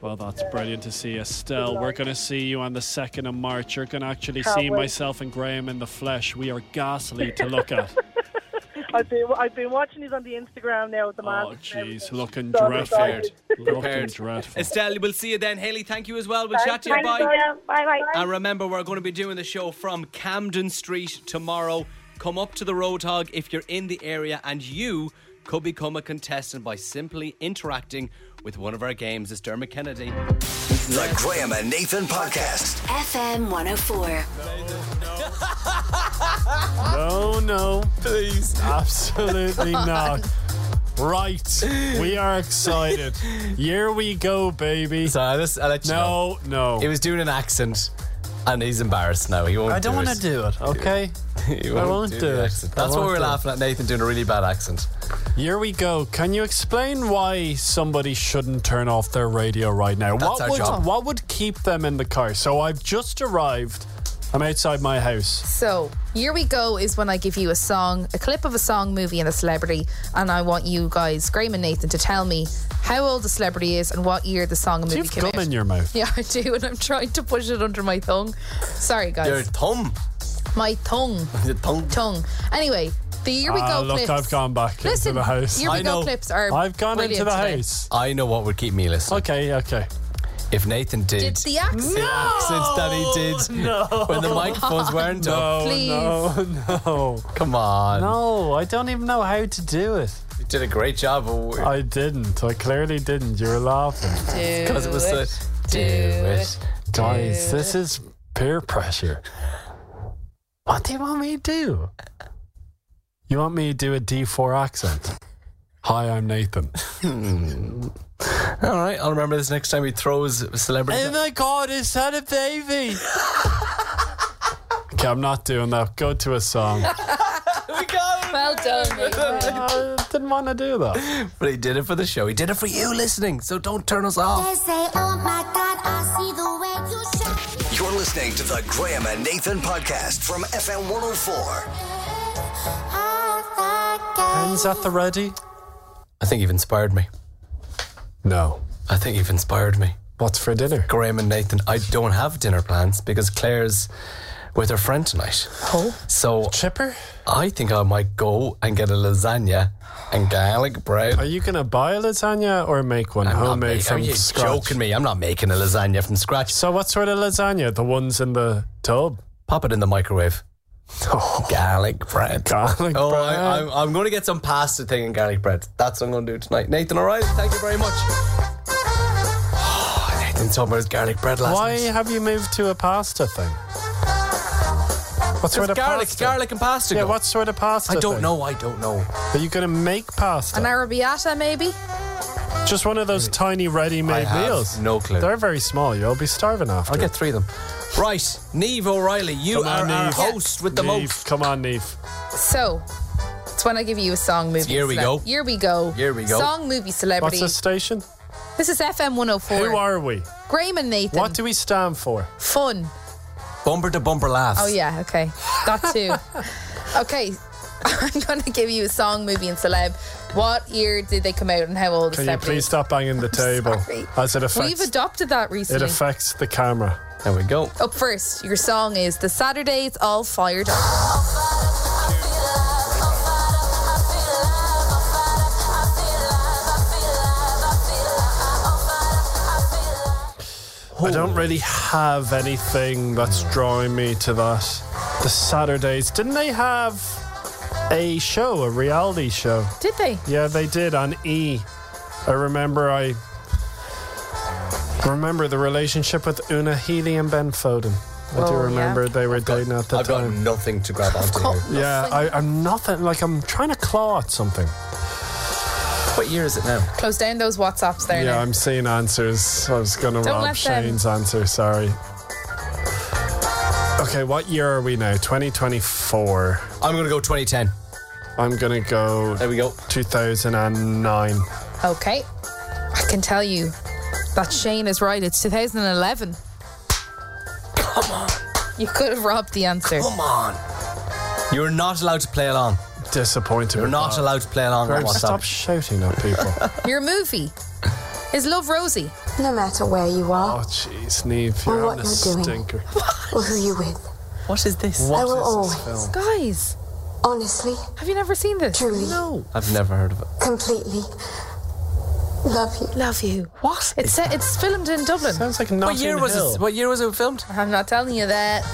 Speaker 1: Well, that's brilliant to see, Estelle. We're going to see you on the 2nd of March. You're going to actually
Speaker 15: Can't
Speaker 1: see
Speaker 15: wait.
Speaker 1: myself and Graham in the flesh. We are ghastly to look at.
Speaker 15: I've been, I've been watching these on the Instagram now at the
Speaker 1: Oh,
Speaker 15: moment.
Speaker 1: jeez. Looking
Speaker 15: So
Speaker 1: dreadful.
Speaker 15: excited.
Speaker 1: Looking dreadful.
Speaker 3: Estelle, we'll see you then. Haley, thank you as well. We'll chat to you.
Speaker 16: Thanks,
Speaker 3: Bye.
Speaker 16: Estelle. Bye, bye.
Speaker 3: And remember, we're going to be doing the show from Camden Street tomorrow. Come up to the Roadhog if you're in the area, and you could become a contestant by simply interacting with one of our games. It's Dermot Kennedy.
Speaker 10: The Graham and Nathan podcast.
Speaker 17: FM 104.
Speaker 1: No, Oh, no. Please. Absolutely not. Right. We are excited. Here we go, baby.
Speaker 4: Sorry, this, I let you
Speaker 1: no, no.
Speaker 4: He was doing an accent, and he's embarrassed now. He won't.
Speaker 1: I don't
Speaker 4: want
Speaker 1: wanna do it, okay?
Speaker 4: he
Speaker 1: I
Speaker 4: won't
Speaker 1: won't
Speaker 4: do,
Speaker 1: do
Speaker 4: the
Speaker 1: it.
Speaker 4: accent.
Speaker 1: I
Speaker 4: That's why
Speaker 1: won't
Speaker 4: we're
Speaker 1: do it.
Speaker 4: laughing at Nathan doing a really bad accent.
Speaker 1: Here we go. Can you explain why somebody shouldn't turn off their radio right now?
Speaker 4: That's
Speaker 1: what
Speaker 4: our
Speaker 1: would
Speaker 4: job.
Speaker 1: what would keep them in the car? So I've just arrived. I'm outside my house.
Speaker 2: So, here we go is when I give you a song, a clip of a song, movie, and a celebrity. And I want you guys, Graham and Nathan, to tell me how old the celebrity is and what year the song and
Speaker 1: Do
Speaker 2: movie
Speaker 1: you have
Speaker 2: came
Speaker 1: gum
Speaker 2: out.
Speaker 1: in your mouth?
Speaker 2: Yeah, I do. And I'm trying to push it under my tongue. Sorry, guys.
Speaker 4: Your thumb.
Speaker 2: My tongue.
Speaker 4: Your tongue.
Speaker 2: Tongue. Anyway, The year we
Speaker 1: Ah,
Speaker 2: go
Speaker 1: look,
Speaker 2: clips.
Speaker 1: I've gone back
Speaker 2: Listen,
Speaker 1: into the house.
Speaker 2: Year we go clips are.
Speaker 1: I've gone into the
Speaker 2: brilliant today.
Speaker 1: house.
Speaker 3: I know what would keep me listening.
Speaker 1: Okay, okay.
Speaker 3: If Nathan did,
Speaker 2: Did the accent?
Speaker 3: the accents that he did when the microphones weren't
Speaker 1: No,
Speaker 3: up.
Speaker 1: no, no.
Speaker 3: Come on.
Speaker 1: No, I don't even know how to do it.
Speaker 3: You did a great job.
Speaker 1: I didn't. I clearly didn't. You were laughing.
Speaker 3: Because it was so. Do it.
Speaker 1: Guys, this is peer pressure. What do you want me to do? You want me to do a D4 accent? Hi, I'm Nathan.
Speaker 3: All right, I'll remember this next time he throws a celebrity.
Speaker 1: Oh my god, is that a baby? okay, I'm not doing that. Go to a song.
Speaker 2: Well done. Nathan.
Speaker 1: I Uh, didn't want to do that.
Speaker 3: But he did it for the show. He did it for you listening, so don't turn us off.
Speaker 17: They say, oh my God, I see the way you shine.
Speaker 10: You're listening to the Graham and Nathan podcast from FM 104.
Speaker 1: Hands at the ready.
Speaker 3: I think you've inspired me.
Speaker 1: No.
Speaker 3: I think you've inspired me.
Speaker 1: What's for dinner?
Speaker 3: Graham and Nathan, I don't have dinner plans because Claire's with her friend tonight.
Speaker 1: Oh.
Speaker 3: So
Speaker 1: Chipper?
Speaker 3: I think I might go and get a lasagna and garlic bread.
Speaker 1: Are you going to buy a lasagna or make one
Speaker 3: I'm not
Speaker 1: homemade
Speaker 3: making-
Speaker 1: from
Speaker 3: Are you
Speaker 1: scratch?
Speaker 3: joking me? I'm not making a lasagna from scratch.
Speaker 1: So, what sort of lasagna? The ones in the tub?
Speaker 3: Pop it in the microwave. Oh, Garlic bread.
Speaker 1: Garlic
Speaker 3: oh,
Speaker 1: bread.
Speaker 3: I, I'm, I'm going to get some pasta thing and garlic bread. That's what I'm going to do tonight. Nathan, all right? Thank you very much. Oh, Nathan told me it was garlic bread last
Speaker 1: Why
Speaker 3: night.
Speaker 1: have you moved to a pasta thing? What sort of
Speaker 3: garlic,
Speaker 1: pasta?
Speaker 3: garlic and pasta.
Speaker 1: Yeah,
Speaker 3: go.
Speaker 1: what sort of pasta?
Speaker 3: I don't
Speaker 1: thing?
Speaker 3: know. I don't know.
Speaker 1: Are you going to make pasta?
Speaker 2: An arrabbiata, maybe?
Speaker 1: Just one of those tiny
Speaker 3: Mm. I
Speaker 1: ready-made
Speaker 3: have
Speaker 1: meals.
Speaker 3: no clue.
Speaker 1: They're very small. You'll be starving after.
Speaker 3: I'll get three of them. Right, Neve O'Reilly, you
Speaker 1: Come
Speaker 3: are
Speaker 1: on,
Speaker 3: our
Speaker 1: Niamh.
Speaker 3: host with the
Speaker 1: Niamh,
Speaker 3: most.
Speaker 1: Come on, Neve.
Speaker 2: So, it's when I give you a song movie.
Speaker 3: Here we
Speaker 2: celeb-
Speaker 3: go.
Speaker 2: Here we go.
Speaker 3: Here we go.
Speaker 2: Song movie
Speaker 1: What's
Speaker 2: celebrity.
Speaker 1: the station?
Speaker 2: This is FM 104.
Speaker 1: Who are we?
Speaker 2: Graham and Nathan.
Speaker 1: What do we stand for?
Speaker 2: Fun.
Speaker 3: Bumper to bumper laughs.
Speaker 2: Oh, yeah, okay. Got two. okay, I'm going to give you a song, movie, and celeb. What year did they come out and how old is
Speaker 1: Can you
Speaker 2: celebrity?
Speaker 1: please stop banging the table?
Speaker 2: sorry.
Speaker 1: As it
Speaker 2: We've
Speaker 1: affects,
Speaker 2: adopted that
Speaker 1: it
Speaker 2: recently.
Speaker 1: affects the camera.
Speaker 3: There we go.
Speaker 2: Up first, your song is The Saturdays All Fired Up.
Speaker 1: I don't really have anything that's drawing me to that. The Saturdays. Didn't they have a show, a reality show?
Speaker 2: Did they?
Speaker 1: Yeah, they did on E. I remember I remember the relationship with Una Healy and Ben Foden. I
Speaker 2: Oh,
Speaker 1: do
Speaker 2: yeah.
Speaker 1: remember they were dating at the
Speaker 3: I've got
Speaker 1: time.
Speaker 3: nothing to grab onto here.
Speaker 1: yeah, I, I'm nothing like I'm trying to claw at something.
Speaker 3: What year is it now?
Speaker 2: Close down those WhatsApps there
Speaker 1: Yeah,
Speaker 2: now.
Speaker 1: I'm seeing answers. I was gonna
Speaker 2: Don't
Speaker 1: rob
Speaker 2: let them-
Speaker 1: Shane's answer. Sorry. Okay, what year are we now? 2024.
Speaker 3: I'm going to go 2010.
Speaker 1: I'm gonna go
Speaker 3: There we go.
Speaker 1: 2009.
Speaker 2: Okay. I can tell you that Shane is right. It's 2011. Come on. You could have robbed the answer.
Speaker 3: Come on. You're not allowed to play along.
Speaker 1: Disappointed.
Speaker 3: You're
Speaker 1: with
Speaker 3: not
Speaker 1: that.
Speaker 3: allowed to play along on
Speaker 1: Graham,
Speaker 3: WhatsApp.
Speaker 1: stop shouting at people.
Speaker 2: Your movie is Love Rosie.
Speaker 17: No matter where you
Speaker 1: oh,
Speaker 17: are
Speaker 1: jeez, Neve, you're
Speaker 17: Or
Speaker 1: on
Speaker 17: what
Speaker 1: a
Speaker 17: you're doing.
Speaker 1: stinker.
Speaker 17: or who you're with,
Speaker 3: What is this?
Speaker 17: I
Speaker 1: What
Speaker 17: will
Speaker 1: is
Speaker 17: always,
Speaker 1: this film?
Speaker 2: Guys,
Speaker 17: honestly,
Speaker 2: have you never seen this?
Speaker 17: Truly.
Speaker 2: No.
Speaker 3: I've never heard of it.
Speaker 17: completely love you.
Speaker 2: Love you. What? It's set, it's filmed in Dublin.
Speaker 1: Sounds like Notting
Speaker 3: What year was
Speaker 1: Hill.
Speaker 3: it? What year was it filmed?
Speaker 2: I'm not telling you that.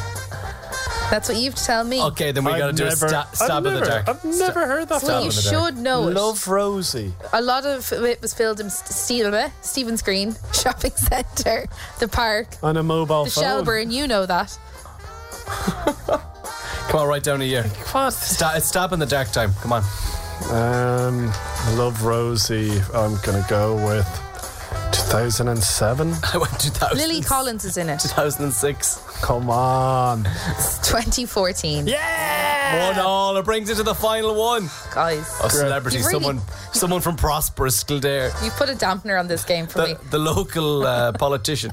Speaker 2: That's what you have to tell me.
Speaker 3: Okay, then we
Speaker 1: I've
Speaker 3: got to do a
Speaker 1: never-
Speaker 3: sta-
Speaker 1: I've
Speaker 3: stab in the
Speaker 1: never-
Speaker 3: dark.
Speaker 1: I've never heard that
Speaker 2: That's what
Speaker 1: film.
Speaker 2: you
Speaker 3: in the dark.
Speaker 2: should know. it.
Speaker 1: Love Rosie.
Speaker 2: A lot of it was filmed in St- Stephen- Stephen's Green Shopping Centre, the park,
Speaker 1: On a mobile
Speaker 2: the
Speaker 1: phone.
Speaker 2: Shelburne. You know that.
Speaker 3: Come on, write down a year.
Speaker 1: What?
Speaker 3: Sta- it's stab in the dark time. Come on.
Speaker 1: Um, Love Rosie. I'm gonna go with 2007.
Speaker 3: I went 2000.
Speaker 2: Lily Collins is in it.
Speaker 3: 2006.
Speaker 1: Come on.
Speaker 2: 2014.
Speaker 1: Yeah.
Speaker 3: One all. It brings it to the final one.
Speaker 2: Guys,
Speaker 3: A celebrity,
Speaker 2: You really-
Speaker 3: someone, someone from prosperous Kildare,
Speaker 2: you put a dampener on this game for me.
Speaker 3: the, the local uh, politician.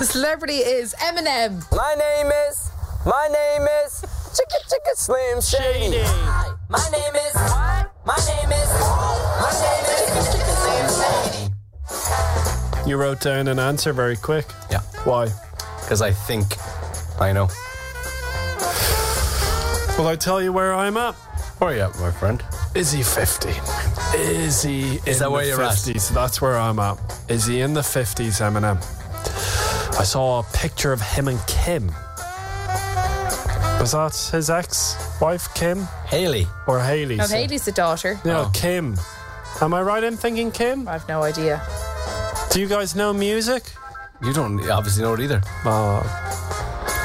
Speaker 2: The celebrity is Eminem.
Speaker 21: My name is. My name is. Chicka Chicka Slim Shady. Hi, My name is. My name is. My name is. Chicka Chicka Slim Shady.
Speaker 1: You wrote down an answer very quick.
Speaker 3: Yeah,
Speaker 1: Why?
Speaker 3: because I think I know.
Speaker 1: Well, I tell you where I'm at.
Speaker 3: Where are you at, my friend?
Speaker 1: Is he 50? Is he in
Speaker 3: Is that
Speaker 1: the
Speaker 3: where you're at?
Speaker 1: 50s? That's where I'm at. Is he in the 50s, Eminem? I saw a picture of him and Kim. Was that his ex wife, Kim?
Speaker 3: Haley.
Speaker 1: Or Haley.
Speaker 2: No,
Speaker 1: so-
Speaker 2: Haley's the daughter.
Speaker 1: No,
Speaker 3: Oh.
Speaker 1: Kim. Am I right in thinking Kim?
Speaker 2: I have no idea.
Speaker 1: Do you guys know music?
Speaker 3: You don't obviously know it either.
Speaker 1: Oh,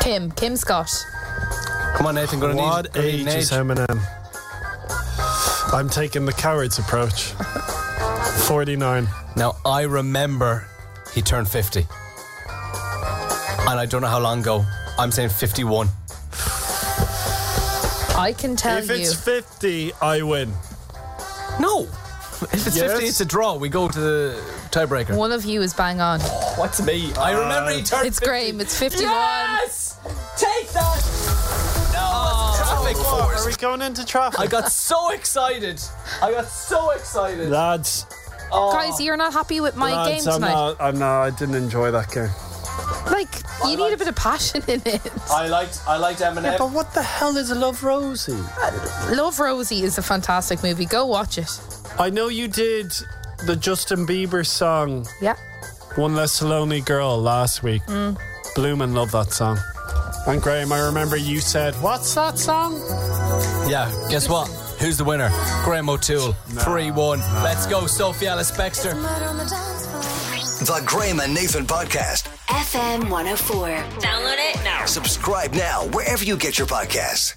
Speaker 2: Kim. Kim Scott.
Speaker 3: Come on, Nathan. Gonna
Speaker 1: what
Speaker 3: need, gonna need
Speaker 1: age,
Speaker 3: an
Speaker 1: is Eminem? I'm taking the coward's approach. 49.
Speaker 3: Now I remember he turned 50, and I don't know how long ago. I'm saying 51.
Speaker 2: I can tell
Speaker 1: if
Speaker 2: you.
Speaker 1: it's 50, I win.
Speaker 3: No. If it's
Speaker 1: Yes.
Speaker 3: 50, it's a draw. We go to the tiebreaker.
Speaker 2: One of you is bang on.
Speaker 3: What's me? I remember he turned.
Speaker 2: It's Graham. It's 51.
Speaker 3: Yes! Take that! No, traffic
Speaker 1: Oh, Are we
Speaker 3: force.
Speaker 1: going into traffic?
Speaker 3: I got so excited. I got so excited.
Speaker 1: Lads,
Speaker 3: Oh.
Speaker 2: Guys, you're not happy with my
Speaker 1: lads,
Speaker 2: game
Speaker 1: I'm
Speaker 2: tonight.
Speaker 1: not, I'm not, I didn't enjoy that game.
Speaker 2: Like, you need a bit of passion in it.
Speaker 3: I liked I liked Eminem.
Speaker 1: Yeah, but what the hell is Love Rosie?
Speaker 2: Uh, Love Rosie is a fantastic movie. Go watch it.
Speaker 1: I know you did the Justin Bieber song,
Speaker 2: Yeah.
Speaker 1: One Less Lonely Girl, last week.
Speaker 2: Mm.
Speaker 1: Bloomin' love that song. And Graham, I remember you said, What's that song?
Speaker 3: Yeah, guess what? Who's the winner? Graham O'Toole, 3 1. Let's go, Sophie Alice Bexter.
Speaker 10: The Graham and Nathan Podcast.
Speaker 17: FM 104. Download it now.
Speaker 10: Subscribe now wherever you get your podcasts.